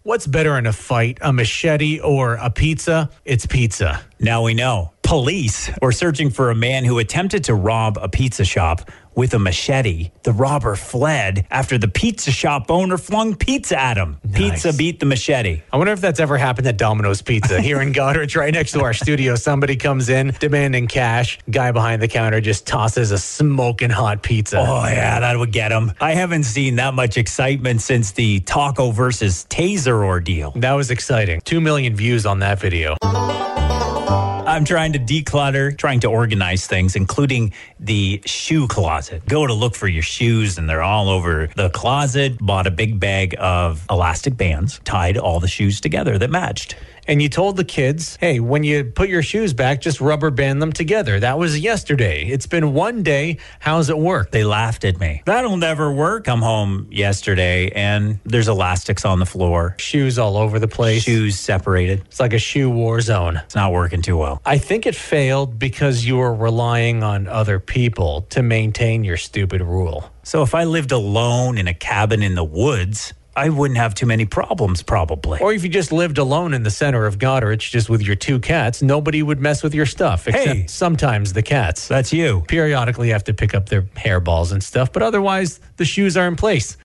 what's better in a fight, a machete or a pizza, it's pizza. Now we know. Police were searching for a man who attempted to rob a pizza shop with a machete. The robber fled after the pizza shop owner flung pizza at him. Pizza beat the machete. I wonder if that's ever happened at Domino's Pizza here in Goderich, right next to our studio. Somebody comes in demanding cash. Guy behind the counter just tosses a smoking hot pizza. Oh, yeah, that would get him. I haven't seen that much excitement since the taco versus taser ordeal. That was exciting. Two million views on that video. I'm trying to declutter, trying to organize things, including the shoe closet. Go to look for your shoes, and they're all over the closet. Bought a big bag of elastic bands, tied all the shoes together that matched. And you told the kids, hey, when you put your shoes back, just rubber band them together. That was yesterday. It's been one day. How's it work? They laughed at me. That'll never work. Come home yesterday, and there's elastics on the floor, Shoes all over the place. shoes separated. It's like a shoe war zone. It's not working too well. I think it failed because you were relying on other people to maintain your stupid rule. So if I lived alone in a cabin in the woods, I wouldn't have too many problems, probably. Or if you just lived alone in the center of Goderich, just with your two cats, nobody would mess with your stuff, except Hey. sometimes the cats. That's you. Periodically have to pick up their hairballs and stuff, but otherwise, the shoes are in place.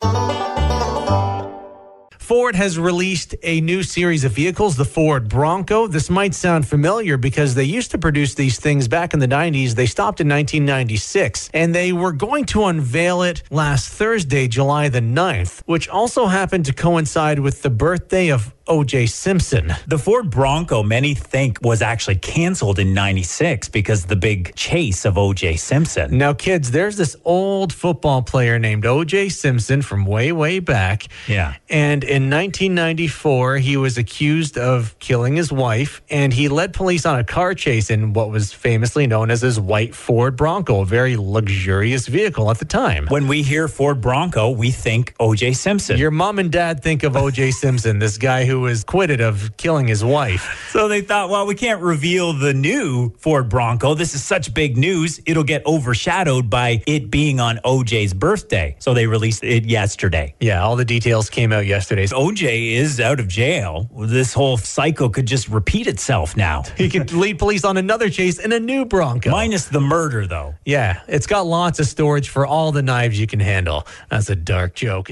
Ford has released a new series of vehicles, the Ford Bronco. This might sound familiar because they used to produce these things back in the 90s. They stopped in 1996 and they were going to unveil it last Thursday, July the 9th, which also happened to coincide with the birthday of OJ Simpson. The Ford Bronco, many think, was actually canceled in 96 because the big chase of OJ Simpson. Now, kids, there's this old football player named OJ Simpson from way, way back. Yeah. And in 1994, he was accused of killing his wife, and he led police on a car chase in what was famously known as his white Ford Bronco, a very luxurious vehicle at the time. When we hear Ford Bronco, we think OJ Simpson. Your mom and dad think of OJ Simpson, this guy who was acquitted of killing his wife. so they thought, well, we can't reveal the new Ford Bronco. This is such big news. It'll get overshadowed by it being on OJ's birthday. So they released it yesterday. Yeah, all the details came out yesterday. So OJ is out of jail. This whole cycle could just repeat itself now. he could lead police on another chase in a new Bronco. Minus the murder, though. Yeah, it's got lots of storage for all the knives you can handle. That's a dark joke.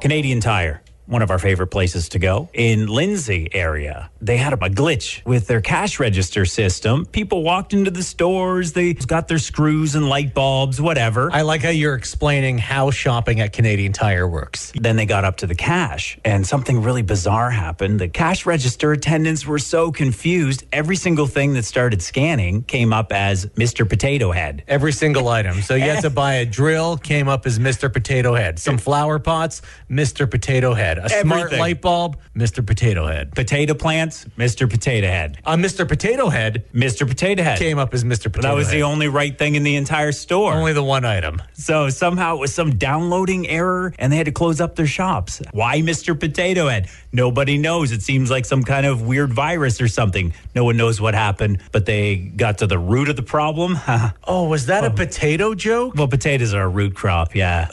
Canadian Tire one of our favorite places to go in Lindsay area. They had a glitch with their cash register system. People walked into the stores, they got their screws and light bulbs, whatever. I like how you're explaining how shopping at Canadian Tire works. Then they got up to the cash, and something really bizarre happened. The cash register attendants were so confused. Every single thing that started scanning came up as Mr. Potato Head. Every single item. So you had to buy a drill, came up as Mr. Potato Head. Some flower pots, Mr. Potato Head. A smart Everything. light bulb, Mr. Potato Head. Potato plants, Mr. Potato Head. A Mr. Potato Head Mr. Potato Head. came up as Mr. Potato that was Head. the only right thing in the entire store. Only the one item. So somehow it was some downloading error and they had to close up their shops. Why Mr. Potato Head? Nobody knows. It seems like some kind of weird virus or something. No one knows what happened, but they got to the root of the problem. Oh, was that a potato joke? well, potatoes are a root crop, yeah.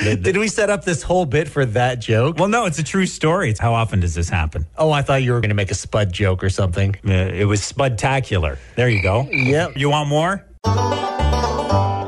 Did we set up this whole bit for that joke? Well, no, it's a true story. It's how often does this happen? Oh, I thought you were going to make a spud joke or something. Uh, it was spudtacular. There you go. Yep. You want more?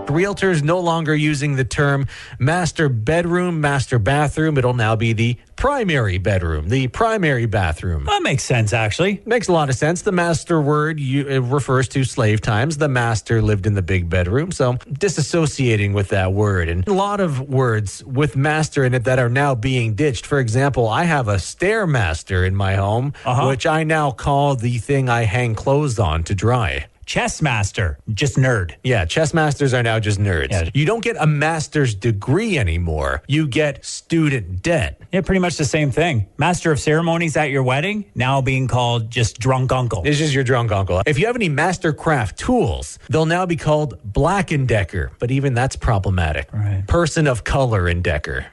Realtors no longer using the term master bedroom, master bathroom. It'll now be the primary bedroom, the primary bathroom. That makes sense, actually. Makes a lot of sense. The master word you, it refers to slave times. The master lived in the big bedroom. So disassociating with that word. And a lot of words with master in it that are now being ditched. For example, I have a stairmaster in my home, Uh-huh. which I now call the thing I hang clothes on to dry. Chess master, just nerd. Yeah, chess masters are now just nerds. Yeah. You don't get a master's degree anymore. You get student debt. Yeah, pretty much the same thing. Master of ceremonies at your wedding, now being called just drunk uncle. It's just your drunk uncle. If you have any Mastercraft tools, they'll now be called Black and Decker, but even that's problematic. Right. Person of color and Decker.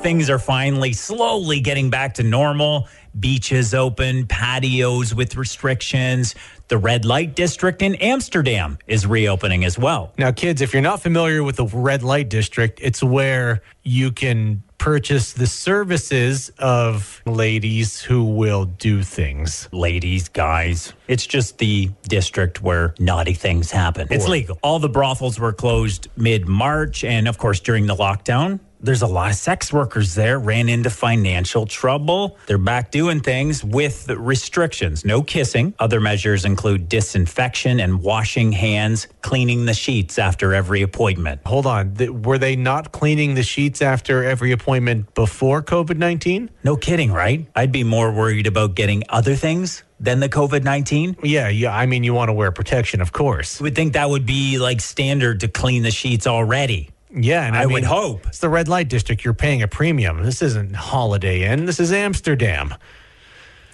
things are finally slowly getting back to normal. Beaches open, patios with restrictions. The red light district in Amsterdam is reopening as well. Now, kids, if you're not familiar with the red light district, it's where you can purchase the services of ladies who will do things. Ladies, guys, it's just the district where naughty things happen. It's legal. All the brothels were closed mid March. And of course, during the lockdown, there's a lot of sex workers there, ran into financial trouble. They're back doing things with restrictions no kissing. Other measures include disinfection and washing hands, cleaning the sheets after every appointment. Hold on. Th- were they not cleaning the sheets after every appointment before COVID 19? No kidding, right? I'd be more worried about getting other things than the COVID 19. Yeah, yeah. I mean, you want to wear protection, of course. You would think that would be like standard to clean the sheets already. Yeah, and I, I would mean, hope. it's the red light district. You're paying a premium. This isn't Holiday Inn. This is Amsterdam.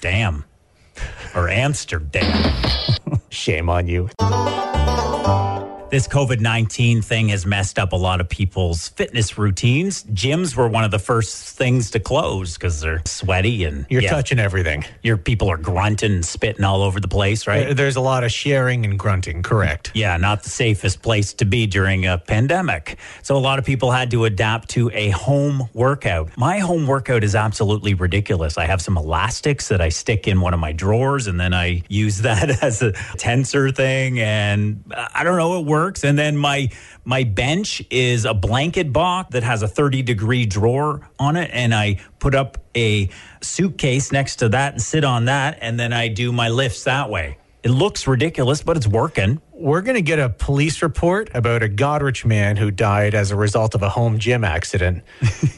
Damn. Or Amsterdam. Shame on you. This COVID 19 thing has messed up a lot of people's fitness routines. Gyms were one of the first things to close because they're sweaty and You're yeah, touching everything. your people are grunting and spitting all over the place, right? There- There's a lot of sharing and grunting. Correct. Yeah, not the safest place to be during a pandemic. So a lot of people had to adapt to a home workout. My home workout is absolutely ridiculous. I have some elastics that I stick in one of my drawers and then I use that as a tensor thing and uh, I don't know it works and then my my bench is a blanket box that has a 30 degree drawer on it and I put up a suitcase next to that and sit on that and then I do my lifts that way. It looks ridiculous, but it's working. We're going to get a police report about a Godrich man who died as a result of a home gym accident.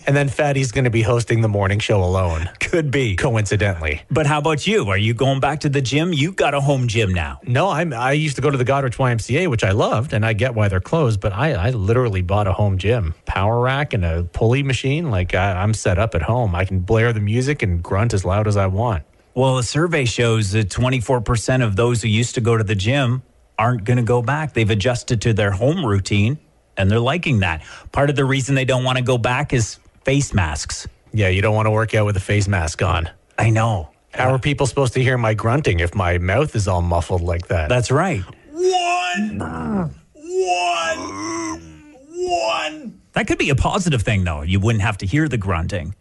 and then Fatty's going to be hosting the morning show alone, Could be. coincidentally. But how about you? Are you going back to the gym? You got a home gym now. No, I'm, I used to go to the Goderich YMCA, which I loved, and I get why they're closed, but I, I literally bought a home gym, power rack, and a pulley machine. Like, I, I'm set up at home. I can blare the music and grunt as loud as I want. Well, a survey shows that 24% of those who used to go to the gym aren't going to go back. They've adjusted to their home routine and they're liking that. Part of the reason they don't want to go back is face masks. Yeah, you don't want to work out with a face mask on. I know. How are people supposed to hear my grunting if my mouth is all muffled like that? That's right. One. One. One. That could be a positive thing, though. You wouldn't have to hear the grunting.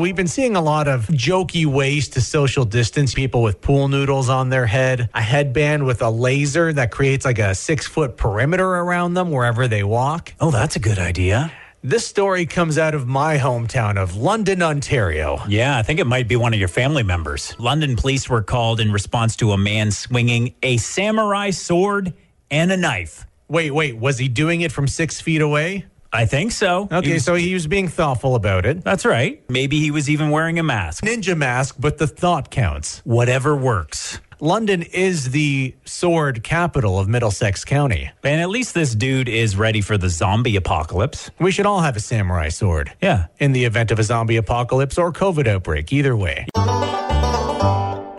We've been seeing a lot of jokey ways to social distance people with pool noodles on their head, a headband with a laser that creates like a six foot perimeter around them wherever they walk. Oh, that's a good idea. This story comes out of my hometown of London, Ontario. Yeah, I think it might be one of your family members. London police were called in response to a man swinging a samurai sword and a knife. Wait, wait, was he doing it from six feet away? I think so. He Okay, was- so he was being thoughtful about it. that's right. Maybe he was even wearing a mask. Ninja mask, but the thought counts. Whatever works. London is the sword capital of Middlesex County. And at least this dude is ready for the zombie apocalypse. We should all have a samurai sword. Yeah. In the event of a zombie apocalypse or COVID outbreak, either way.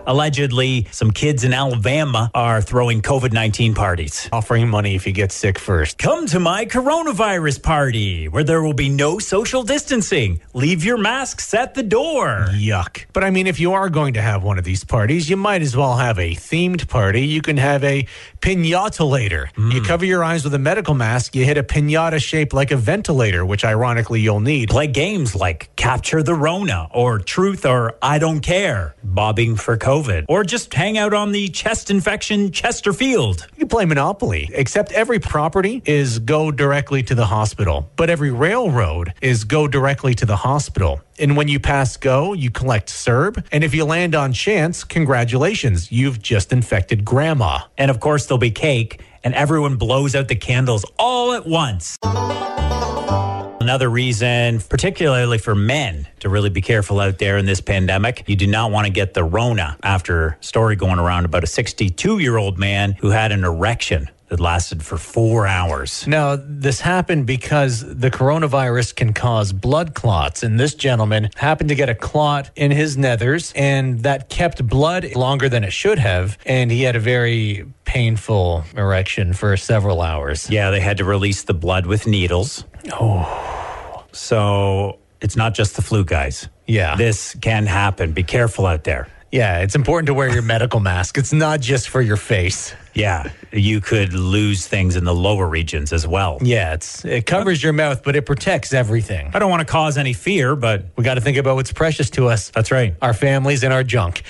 Allegedly, some kids in Alabama are throwing COVID 19 parties. Offering money if you get sick first. Come to my coronavirus party where there will be no social distancing. Leave your masks at the door. Yuck. But I mean, if you are going to have one of these parties, you might as well have a themed party. You can have a pinata later. You cover your eyes with a medical mask, you hit a pinata shaped like a ventilator, which ironically you'll need. Play games like Capture the Rona or Truth or I Don't Care, bobbing for COVID, or just hang out on the chest infection Chesterfield. You play Monopoly, except every property is go directly to the hospital, but every railroad is go directly to the hospital. And when you pass go, you collect SERB. And if you land on chance, congratulations, you've just infected grandma. And of course, there'll be cake, and everyone blows out the candles all at once. Another reason, particularly for men, to really be careful out there in this pandemic, you do not want to get the Rona after a story going around about a 62 year old man who had an erection that lasted for four hours. Now, this happened because the coronavirus can cause blood clots, and this gentleman happened to get a clot in his nethers, and that kept blood longer than it should have, and he had a very painful erection for several hours. Yeah, they had to release the blood with needles. Oh. So it's not just the flu, guys. Yeah. This can happen. Be careful out there. Yeah, it's important to wear your medical mask. It's not just for your face. Yeah. You could lose things in the lower regions as well. Yeah, it's it covers your mouth, but it protects everything. I don't want to cause any fear, but We got to think about what's precious to us. that's right. Our families and our junk.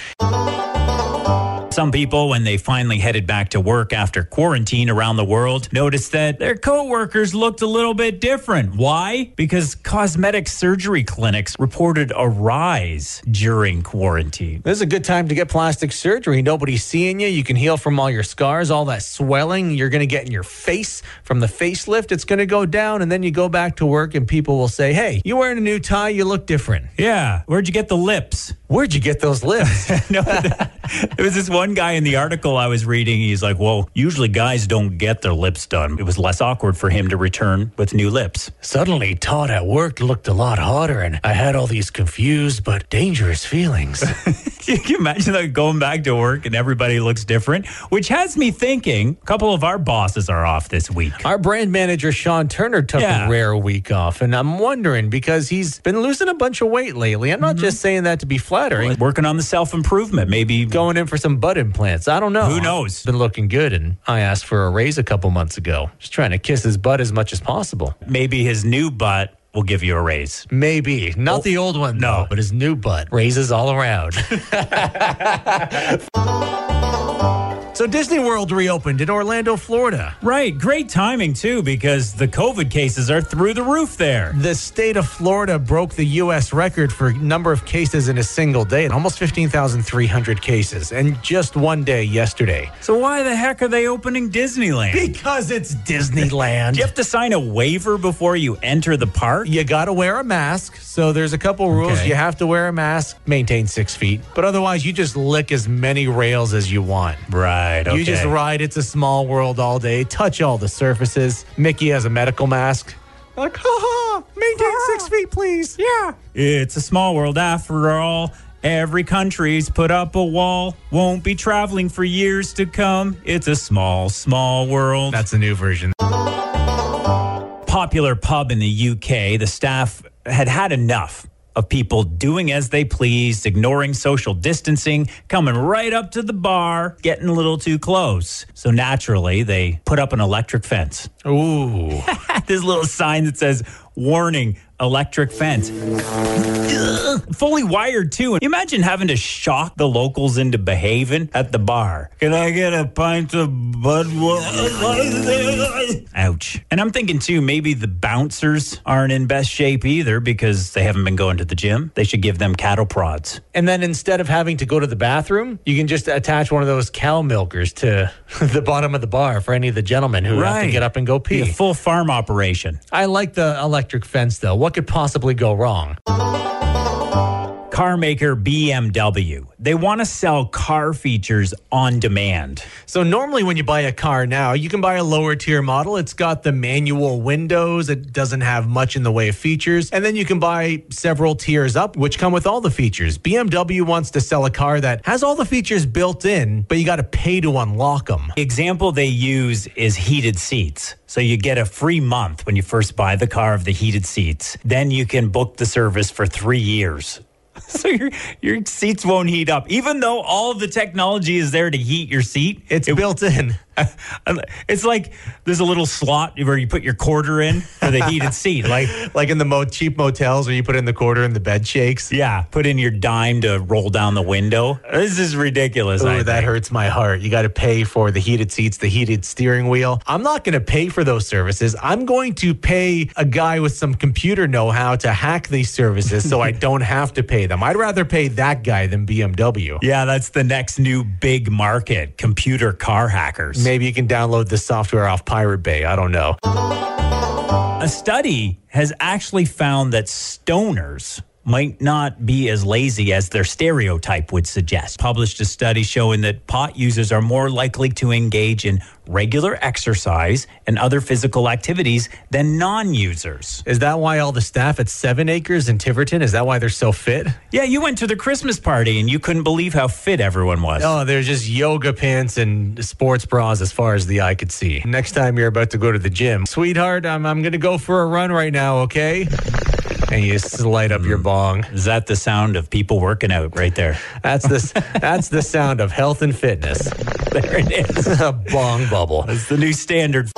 Some people, when they finally headed back to work after quarantine around the world, noticed that their coworkers looked a little bit different. Why? Because cosmetic surgery clinics reported a rise during quarantine. This is a good time to get plastic surgery. Nobody's seeing you. You can heal from all your scars, all that swelling you're going to get in your face from the facelift. It's going to go down, and then you go back to work, and people will say, Hey, you're wearing a new tie. You look different. Yeah. Where'd you get the lips? Where'd you get those lips? no, it was this one guy in the article I was reading. He's like, well, usually guys don't get their lips done. It was less awkward for him to return with new lips. Suddenly, Todd at work looked a lot hotter, and I had all these confused but dangerous feelings. Can you imagine like going back to work and everybody looks different? Which has me thinking a couple of our bosses are off this week. Our brand manager Sean Turner took Yeah. a rare week off, and I'm wondering because he's been losing a bunch of weight lately. I'm not just saying that to be flattering. Working on the self improvement, maybe. Going in for some butt implants. I don't know. Who knows? Been looking good, and I asked for a raise a couple months ago. Just trying to kiss his butt as much as possible. Maybe his new butt will give you a raise. Maybe not the old one, no. though, but his new butt raises all around. so Disney World reopened in Orlando, Florida. Right. Great timing, too, because the COVID cases are through the roof there. The state of Florida broke the U.S. record for number of cases in a single day, almost 15,300 cases, in just one day yesterday. So, why the heck are they opening Disneyland? Because it's Disneyland. Do you have to sign a waiver before you enter the park? You got to wear a mask. So there's a couple rules. Okay. You have to wear a mask, maintain six feet, but otherwise, you just lick as many rails as you want. Right. Okay. You just ride It's a Small World all day, touch all the surfaces. Mickey has a medical mask. Like, ha ha, maintain six feet, please. Yeah. It's a small world after all. Every country's put up a wall. Won't be traveling for years to come. It's a small, small world. That's the new version. popular pub in the UK, the staff had had enough of people doing as they pleased, ignoring social distancing, coming right up to the bar, getting a little too close. So naturally, they put up an electric fence. Ooh. this little sign that says warning electric fence. Ugh, fully wired too. And imagine having to shock the locals into behaving at the bar. Can I get a pint of Budweiser? Ouch. And I'm thinking too, maybe the bouncers aren't in best shape either because they haven't been going to the gym. They should give them cattle prods. And then instead of having to go to the bathroom, you can just attach one of those cow milkers to the bottom of the bar for any of the gentlemen who have to get up and go Be pee. a full farm operation. I like the electric fence though. What could possibly go wrong? Car maker BMW. They want to sell car features on demand. So normally when you buy a car now, you can buy a lower tier model. It's got the manual windows. It doesn't have much in the way of features. And then you can buy several tiers up, which come with all the features. BMW wants to sell a car that has all the features built in, but you got to pay to unlock them. The example they use is heated seats. So you get a free month when you first buy the car of the heated seats. Then you can book the service for three years. So your your seats won't heat up, even though all the technology is there to heat your seat. It's built in. It's like there's a little slot where you put your quarter in for the heated seat. Like, like in the mo- cheap motels where you put in the quarter and the bed shakes. yeah, put in your dime to roll down the window. This is ridiculous. I Ooh, that think. hurts my heart. You got to pay for the heated seats, the heated steering wheel. I'm not going to pay for those services. I'm going to pay a guy with some computer know how to hack these services so I don't have to pay them. I'd rather pay that guy than BMW. Yeah, that's the next new big market computer car hackers. Maybe you can download the software off Pirate Bay. I don't know. A study has actually found that stoners might not be as lazy as their stereotype would suggest. Published a study showing that pot users are more likely to engage in regular exercise and other physical activities than non users. Is that why all the staff at Seven Acres in Tiverton is that why they're so fit? Yeah, you went to the Christmas party and you couldn't believe how fit everyone was. Oh, they're just yoga pants and sports bras as far as the eye could see. Next time you're about to go to the gym, sweetheart, I'm, I'm going to go for a run right now, okay? And you slide up your bong. Is that the sound of people working out right there? That's the, that's the sound of health and fitness. There it is. a bong bubble. It's the new standard.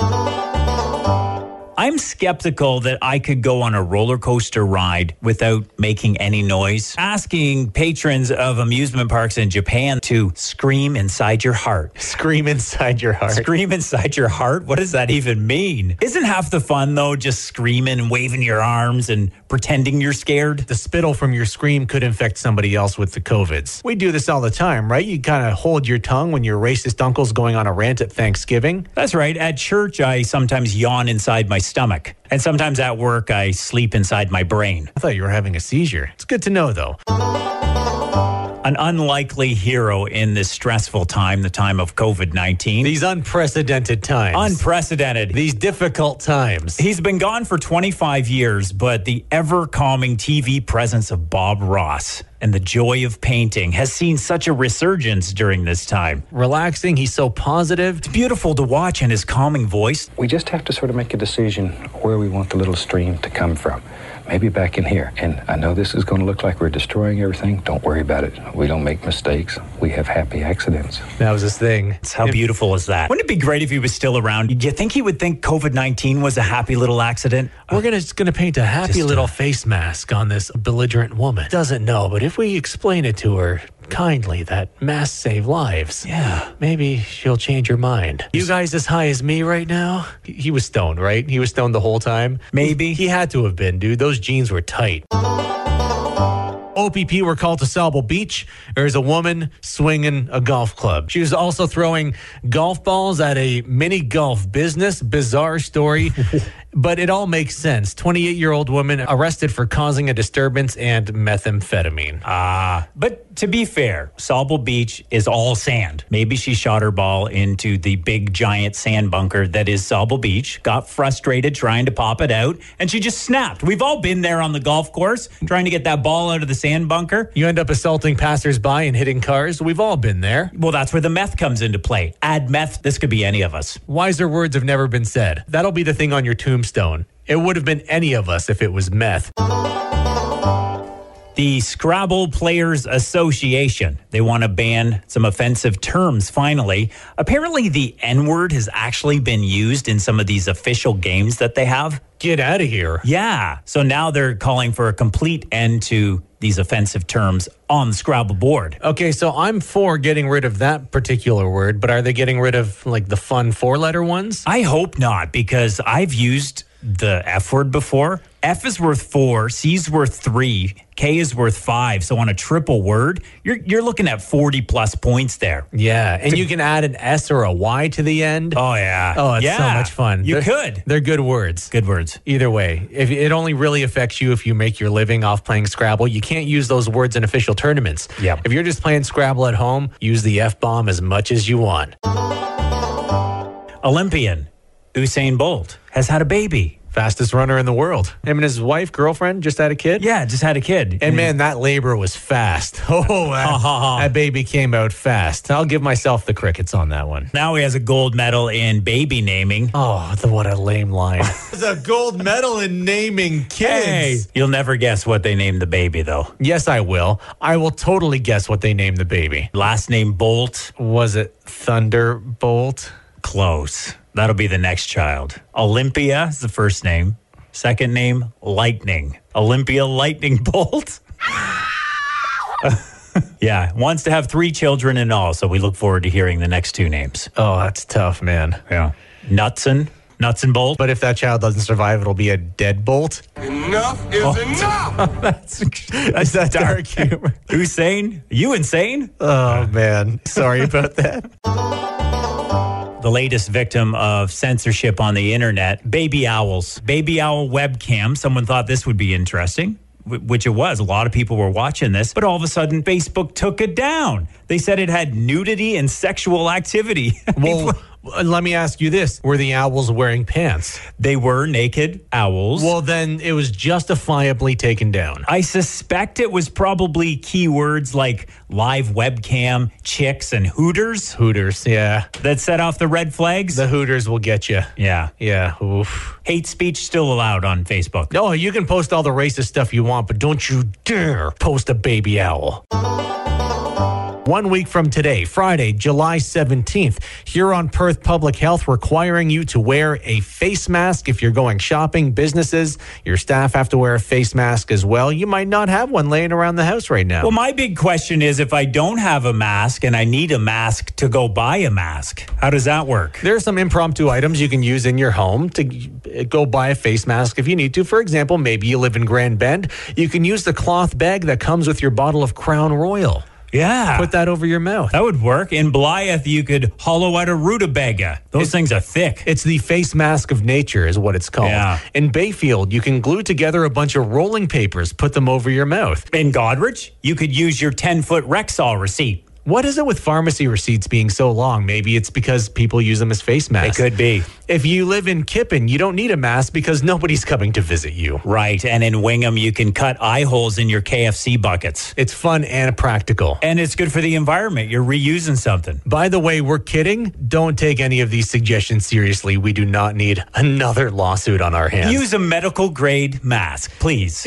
I'm skeptical that I could go on a roller coaster ride without making any noise. Asking patrons of amusement parks in Japan to scream inside your heart. Scream inside your heart. Scream inside your heart? What does that even mean? Isn't half the fun, though, just screaming and waving your arms and pretending you're scared? the spittle from your scream could infect somebody else with the COVIDs. We do this all the time, right? You kind of hold your tongue when your racist uncle's going on a rant at Thanksgiving. That's right. At church, I sometimes yawn inside my stomach. And sometimes at work, I sleep inside my brain. I thought you were having a seizure. It's good to know, though. an unlikely hero in this stressful time, the time of COVID 19. These unprecedented times. Unprecedented. these difficult times. He's been gone for 25 years, but the ever calming TV presence of Bob Ross and the joy of painting has seen such a resurgence during this time. Relaxing, he's so positive. It's beautiful to watch in his calming voice. We just have to sort of make a decision where we want the little stream to come from. Maybe back in here. And I know this is going to look like we're destroying everything. Don't worry about it. We don't make mistakes. We have happy accidents. That was his thing. How beautiful is that? Wouldn't it be great if he was still around? Do you think he would think COVID 19 was a happy little accident? We're gonna just gonna paint a happy Just, uh, little face mask on this belligerent woman. Doesn't know, but if we explain it to her kindly that masks save lives, Yeah. maybe she'll change her mind. You guys as high as me right now? He- He was stoned, right? He was stoned the whole time. Maybe. he had to have been, dude. Those jeans were tight. OPP were called to Sable Beach. There's a woman swinging a golf club. She was also throwing golf balls at a mini golf business. Bizarre story, but it all makes sense. 28 year old woman arrested for causing a disturbance and methamphetamine. Uh, But to be fair, Saubel Beach is all sand. Maybe she shot her ball into the big giant sand bunker that is Saubel Beach, got frustrated trying to pop it out, and she just snapped. We've all been there on the golf course trying to get that ball out of the sand bunker. you end up assaulting passersby and hitting cars. We've all been there. Well, that's where the meth comes into play. Add meth, this could be any of us. Wiser words have never been said. That'll be the thing on your tombstone. It would have been any of us if it was meth. The Scrabble Players Association. They want to ban some offensive terms finally. Apparently, the N word has actually been used in some of these official games that they have. Get out of here. Yeah. So now they're calling for a complete end to these offensive terms on the Scrabble board. Okay, so I'm for getting rid of that particular word, but are they getting rid of like the fun four letter ones? I hope not because I've used the F word before. F is worth four, C is worth three, K is worth five. So on a triple word, you're you're looking at forty plus points there. Yeah, and you can add an S or a Y to the end. Oh yeah. Oh, it's yeah. so much fun. You They're- could. They're good words. Good words. Either way, if it only really affects you if you make your living off playing Scrabble. You can't use those words in official tournaments. Yep. If you're just playing Scrabble at home, use the F bomb as much as you want. Olympian Usain Bolt has had a baby. Fastest runner in the world. Him and his wife, girlfriend, just had a kid. Yeah, just had a kid. And man, that labor was fast. Oh, that, that baby came out fast. I'll give myself the crickets on that one. now he has a gold medal in baby naming. Oh, the, what a lame line. There's a gold medal in naming kids. Hey, you'll never guess what they named the baby though. Yes, I will. I will totally guess what they named the baby. Last name Bolt, Was it Thunderbolt? close. That'll be the next child. Olympia is the first name. Second name, Lightning. Olympia Lightning Bolt. yeah, wants to have three children in all, so we look forward to hearing the next two names. Oh, that's tough, man. Yeah. Nutson, Nutson Bolt. But if that child doesn't survive, it'll be a deadbolt. Enough is enough. Is that dark humor? Usain, you insane? Oh, man. Sorry about that. the latest victim of censorship on the internet baby owls baby owl webcam someone thought this would be interesting wh- which it was a lot of people were watching this but all of a sudden facebook took it down they said it had nudity and sexual activity Well, let me ask you this Were the owls wearing pants? they were naked owls Well, then it was justifiably taken down. I suspect it was probably keywords like live webcam, chicks, and hooters Hooters, yeah. that set off the red flags. The Hooters will get you. yeah. Yeah, oof. Hate speech still allowed on Facebook. Oh, you can post all the racist stuff you want, but don't you dare post a baby owl. One week from today, Friday, July 17th, here on Perth Public Health requiring you to wear a face mask if you're going shopping. Businesses, your staff have to wear a face mask as well. You might not have one laying around the house right now. Well, my big question is if I don't have a mask and I need a mask to go buy a mask, how does that work? There are some impromptu items you can use in your home to uh, go buy a face mask if you need to. For example, maybe you live in Grand Bend. You can use the cloth bag that comes with your bottle of Crown Royal. Yeah. Put that over your mouth. that would work. In Blythe, you could hollow out a rutabaga. Those things are thick. It's the face mask of nature, is what it's called. Yeah. In Bayfield, you can glue together a bunch of rolling papers, put them over your mouth. in Godrich, you could use your 10 foot Rexall receipt. What is it with pharmacy receipts being so long? Maybe it's because people use them as face masks. be. If you live in Kippen, you don't need a mask because nobody's coming to visit you. Right. And in Wingham, you can cut eye holes in your KFC buckets. It's fun and practical. And it's good for the environment. You're reusing something. By the way, we're kidding. Don't take any of these suggestions seriously. We do not need another lawsuit on our hands. Use a medical grade mask, please.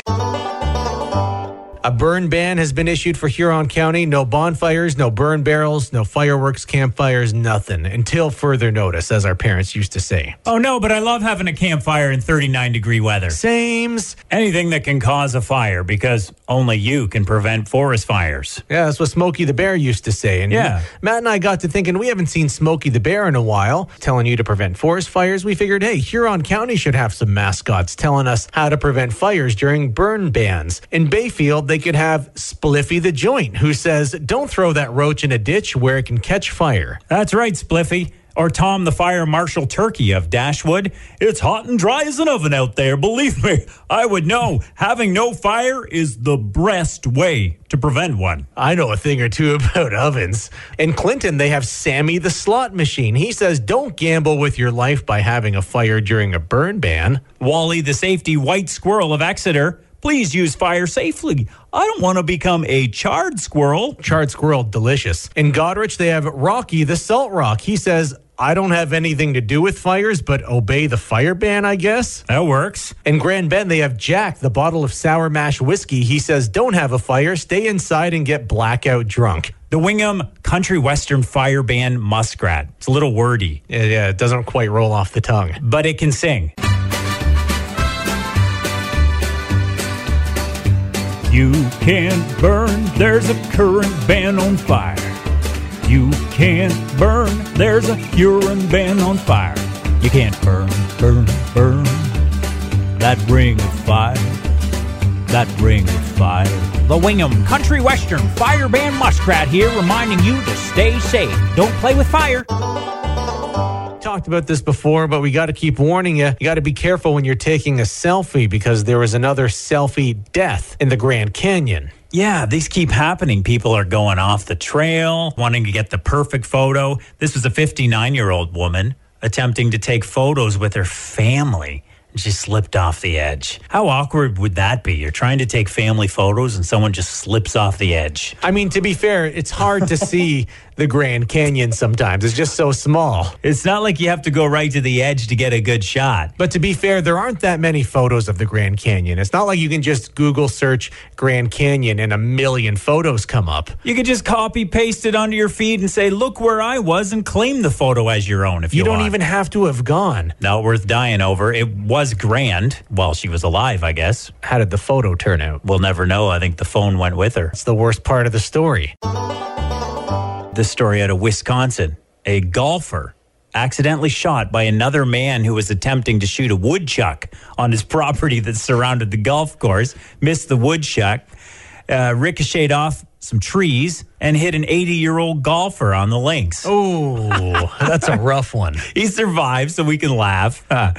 a burn ban has been issued for Huron County. No bonfires, no burn barrels, no fireworks, campfires, nothing until further notice, as our parents used to say. Oh, no, but I love having a campfire in 39 degree weather. Sames. Anything that can cause a fire because only you can prevent forest fires. Yeah, that's what Smokey the Bear used to say. And Yeah. Matt and I got to thinking we haven't seen Smokey the Bear in a while telling you to prevent forest fires. We figured, hey, Huron County should have some mascots telling us how to prevent fires during burn bans. In Bayfield, they could have Spliffy the Joint, who says, don't throw that roach in a ditch where it can catch fire. That's right, Spliffy. Or Tom the Fire Marshal Turkey of Dashwood. It's hot and dry as an oven out there, believe me. I would know having no fire is the best way to prevent one. I know a thing or two about ovens. In Clinton, they have Sammy the Slot Machine. He says, don't gamble with your life by having a fire during a burn ban. Wally the Safety White Squirrel of Exeter, please use fire safely. I don't want to become a charred squirrel. charred squirrel delicious. In Godrich, they have Rocky the salt rock. He says, I don't have anything to do with fires, but obey the fire ban, I guess. That works. In Grand Bend, they have Jack, the bottle of sour mash whiskey. He says, Don't have a fire, stay inside and get blackout drunk. The Wingham Country Western Fire Band Muskrat. It's a little wordy, Yeah, yeah, it doesn't quite roll off the tongue. but it can sing. You can't burn, there's a current ban on fire. You can't burn, there's a urine ban on fire. You can't burn, burn, burn. That ring of fire, that ring of fire. The Wingham Country Western Fire Band Muskrat here, reminding you to stay safe. Don't play with fire. talked about this before, but we got to keep warning you. You got to be careful when you're taking a selfie because there was another selfie death in the Grand Canyon. Yeah, these keep happening. People are going off the trail, wanting to get the perfect photo. This was a 59 year old woman attempting to take photos with her family. and She slipped off the edge. How awkward would that be? You're trying to take family photos and someone just slips off the edge. I mean, to be fair, it's hard to see the Grand Canyon sometimes. It's just so small. It's not like you have to go right to the edge to get a good shot. But to be fair, there aren't that many photos of the Grand Canyon. It's not like you can just Google search Grand Canyon and a million photos come up. You could just copy paste it onto your feed and say, look where I was and claim the photo as your own if you, You don't want. even have to have gone. Not worth dying over. It was grand while she was alive, I guess. How did the photo turn out? We'll never know. I think the phone went with her. It's the worst part of the story. This story out of Wisconsin. A golfer accidentally shot by another man who was attempting to shoot a woodchuck on his property that surrounded the golf course, missed the woodchuck, uh, ricocheted off some trees, and hit an 80 year old golfer on the links. Oh, that's a rough one. He survived, so we can laugh. Huh.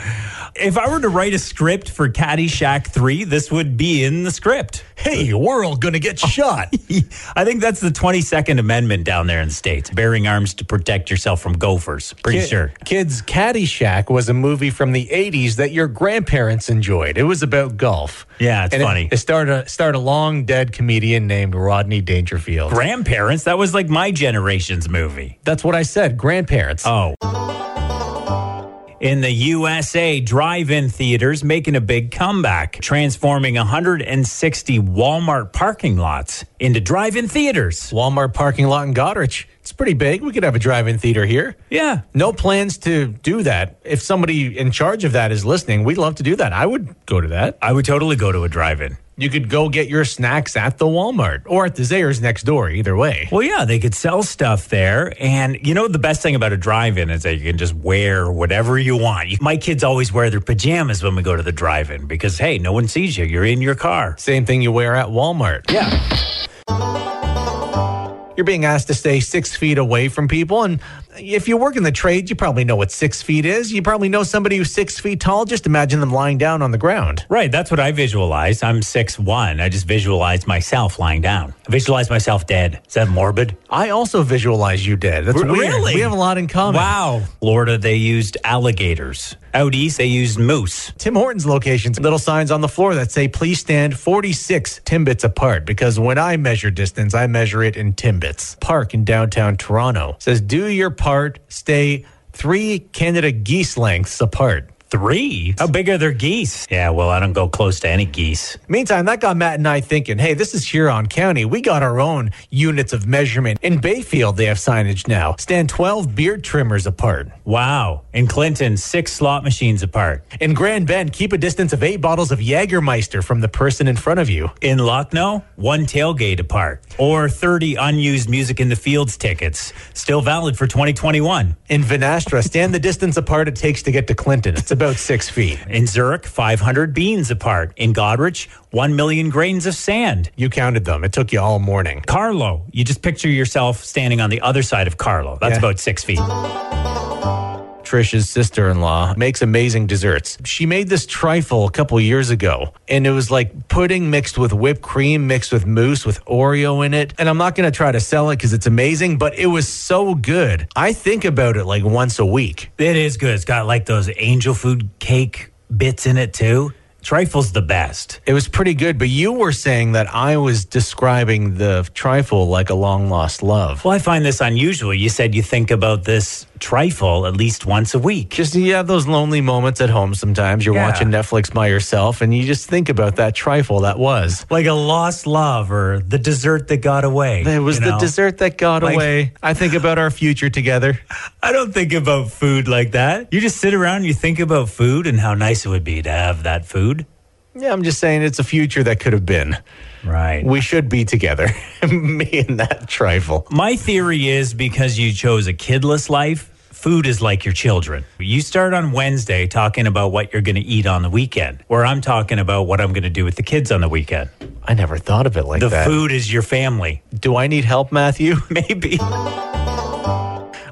If I were to write a script for Caddyshack 3, this would be in the script. Hey, we're all going to get shot. I think that's the 22nd Amendment down there in the States, bearing arms to protect yourself from gophers. Pretty Ki- sure. Kids, Caddyshack was a movie from the 80s that your grandparents enjoyed. It was about golf. Yeah, it's And it- funny. It, starred, a, starred a long dead comedian named Rodney Dangerfield. Grandparents, that was like my generation's movie. That's what I said, grandparents. Oh. In the USA, drive in theaters making a big comeback, transforming 160 Walmart parking lots into drive in theaters. Walmart parking lot in Goderich. It's pretty big. We could have a drive in theater here. Yeah. No plans to do that. If somebody in charge of that is listening, we'd love to do that. I would go to that. I would totally go to a drive in. You could go get your snacks at the Walmart or at the Zayers next door, either way. Well, yeah, they could sell stuff there. And you know, the best thing about a drive in is that you can just wear whatever you want. You- My kids always wear their pajamas when we go to the drive in because, hey, no one sees you. You're in your car. Same thing you wear at Walmart. Yeah. You're being asked to stay six feet away from people. And if you work in the trade, you probably know what six feet is. You probably know somebody who's six feet tall. Just imagine them lying down on the ground. Right. That's what I visualize. I'm six one. I just visualize myself lying down. I visualize myself dead. Is that morbid? I also visualize you dead. That's R- weird. really? We have a lot in common. Wow. Florida, they used alligators. Out east, they used moose. Tim Hortons locations, little signs on the floor that say, please stand 46 Timbits apart. Because when I measure distance, I measure it in Timbits. Park in downtown Toronto says, do your part, stay three Canada geese lengths apart. Three? How big are their geese? Yeah, well, I don't go close to any geese. Meantime, that got Matt and I thinking, hey, this is Huron County. We got our own units of measurement. In Bayfield, they have signage now. Stand 12 beard trimmers apart. Wow. In Clinton, six slot machines apart. In Grand Bend, keep a distance of eight bottles of Jägermeister from the person in front of you. In Lucknow, one tailgate apart. Or 30 unused Music in the Fields tickets. Still valid for 2021. In Venastra, stand the distance apart it takes to get to Clinton. It's about six feet. In Zurich, 500 beans apart. In Godrich, 1 million grains of sand. You counted them. It took you all morning. Carlo, you just picture yourself standing on the other side of Carlo. That's Yeah. about six feet. Trish's sister in law makes amazing desserts. She made this trifle a couple years ago, and it was like pudding mixed with whipped cream, mixed with mousse, with Oreo in it. And I'm not going to try to sell it because it's amazing, but it was so good. I think about it like once a week. It is good. It's got like those angel food cake bits in it too. Trifle's the best. It was pretty good, but you were saying that I was describing the trifle like a long lost love. Well, I find this unusual. You said you think about this trifle at least once a week. Just you have those lonely moments at home sometimes. You're Yeah. watching Netflix by yourself and you just think about that trifle that was. like a lost love or the dessert that got away. It was you the know? dessert that got Like- away. I think about our future together. I don't think about food like that. You just sit around and you think about food and how nice it would be to have that food. Yeah, I'm just saying it's a future that could have been. Right. We should be together. Me and that trifle. My theory is because you chose a kidless life, food is like your children. You start on Wednesday talking about what you're going to eat on the weekend, where I'm talking about what I'm going to do with the kids on the weekend. I never thought of it like The that. food is your family. Do I need help, Matthew? Maybe.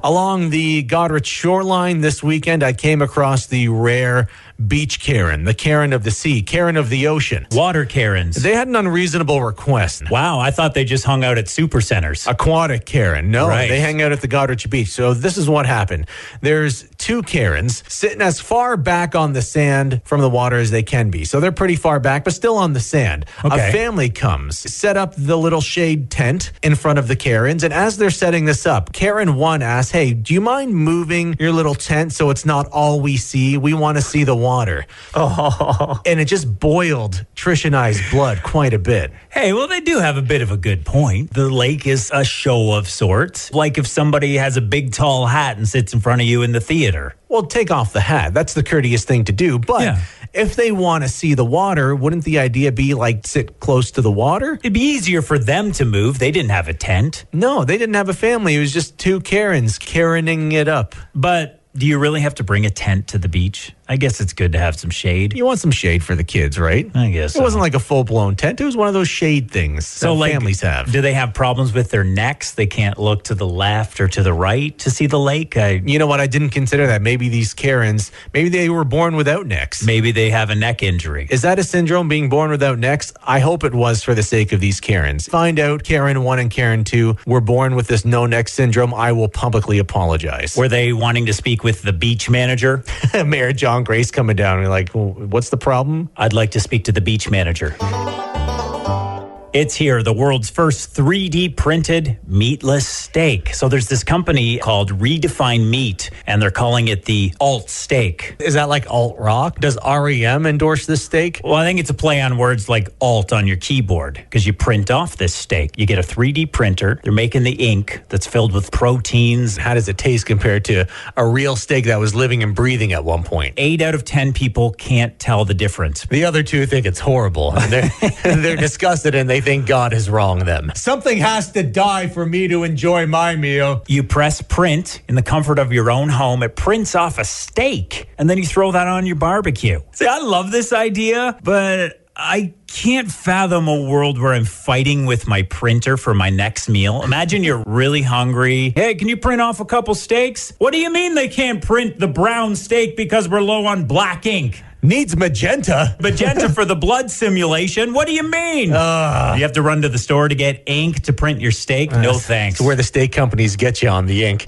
Along the Goderich shoreline this weekend, I came across the rare beach Karen, the Karen of the sea, Karen of the ocean. Water Karens. They had an unreasonable request. wow, I thought they just hung out at supercenters. Aquatic Karen. No, Right. they hang out at the Goderich Beach. So this is what happened. There's two Karens sitting as far back on the sand from the water as they can be. So they're pretty far back, but still on the sand. Okay. A family comes, set up the little shade tent in front of the Karens. And as they're setting this up, Karen one asks, Hey, do you mind moving your little tent so it's not all we see? We want to see the water. Oh. And it just boiled Trish and I's blood quite a bit. Hey, well, they do have a bit of a good point. The lake is a show of sorts. Like if somebody has a big tall hat and sits in front of you in the theater. Well, take off the hat. That's the courteous thing to do. But Yeah. if they want to see the water, wouldn't the idea be like sit close to the water? It'd be easier for them to move. They didn't have a tent. No, they didn't have a family. It was just two Karens Karening it up. But do you really have to bring a tent to the beach? I guess it's good to have some shade. You want some shade for the kids, right? I guess It wasn't so. like a full blown tent. It was one of those shade things that families have. Do they have problems with their necks? They can't look to the left or to the right to see the lake. I, you know what? I didn't consider that. Maybe these Karens, maybe they were born without necks. maybe they have a neck injury. Is that a syndrome being born without necks? I hope it was for the sake of these Karens. Find out Karen 1 and Karen 2 were born with this no neck syndrome. I will publicly apologize. Were they wanting to speak with the beach manager? Mayor John Grace coming down and like, "Well, what's the problem? I'd like to speak to the beach manager. It's here, the world's first 3D printed meatless steak. So there's this company called Redefine Meat, and they're calling it the Alt Steak. Is that like alt rock? Does REM endorse this steak? Well, I think it's a play on words like Alt on your keyboard because you print off this steak. You get a 3D printer, they're making the ink that's filled with proteins. How does it taste compared to a real steak that was living and breathing at one point? Eight out of 10 people can't tell the difference. The other two think it's horrible. And they're, they're disgusted and they think God has wronged them. Something has to die for me to enjoy my meal. You press print in the comfort of your own home. It prints off a steak, and then you throw that on your barbecue. See, I love this idea, but I can't fathom a world where I'm fighting with my printer for my next meal. Imagine you're really hungry. Hey, can you print off a couple steaks? What do you mean they can't print the brown steak because we're low on black ink? Needs magenta. Magenta for the blood simulation. What do you mean? you have to run to the store to get ink to print your steak? No thanks. It's where the steak companies get you on the ink.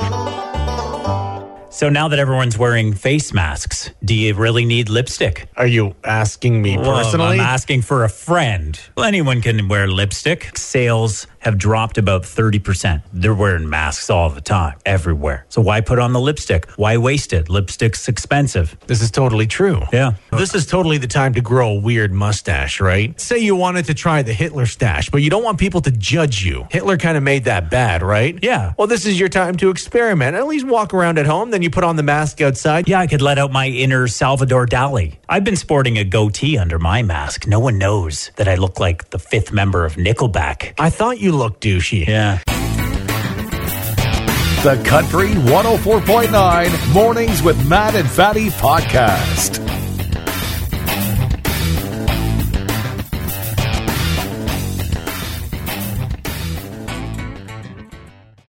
So now that everyone's wearing face masks, do you really need lipstick? Are you asking me Well, personally? I'm asking for a friend. Well, anyone can wear lipstick. Sales have dropped about 30%. They're wearing masks all the time, everywhere. So why put on the lipstick? Why waste it? Lipstick's expensive. this is totally true. Yeah. This is totally the time to grow a weird mustache, right? Say you wanted to try the Hitler stash, but you don't want people to judge you. Hitler kind of made that bad, right? Yeah. Well, this is your time to experiment. At least walk around at home, then you put on the mask outside. Yeah, I could let out my inner Salvador Dali. I've been sporting a goatee under my mask. No one knows that I look like the fifth member of Nickelback. I thought you looked douchey. Yeah. oh The Country 104.9 Mornings with Matt and Fatty Podcast.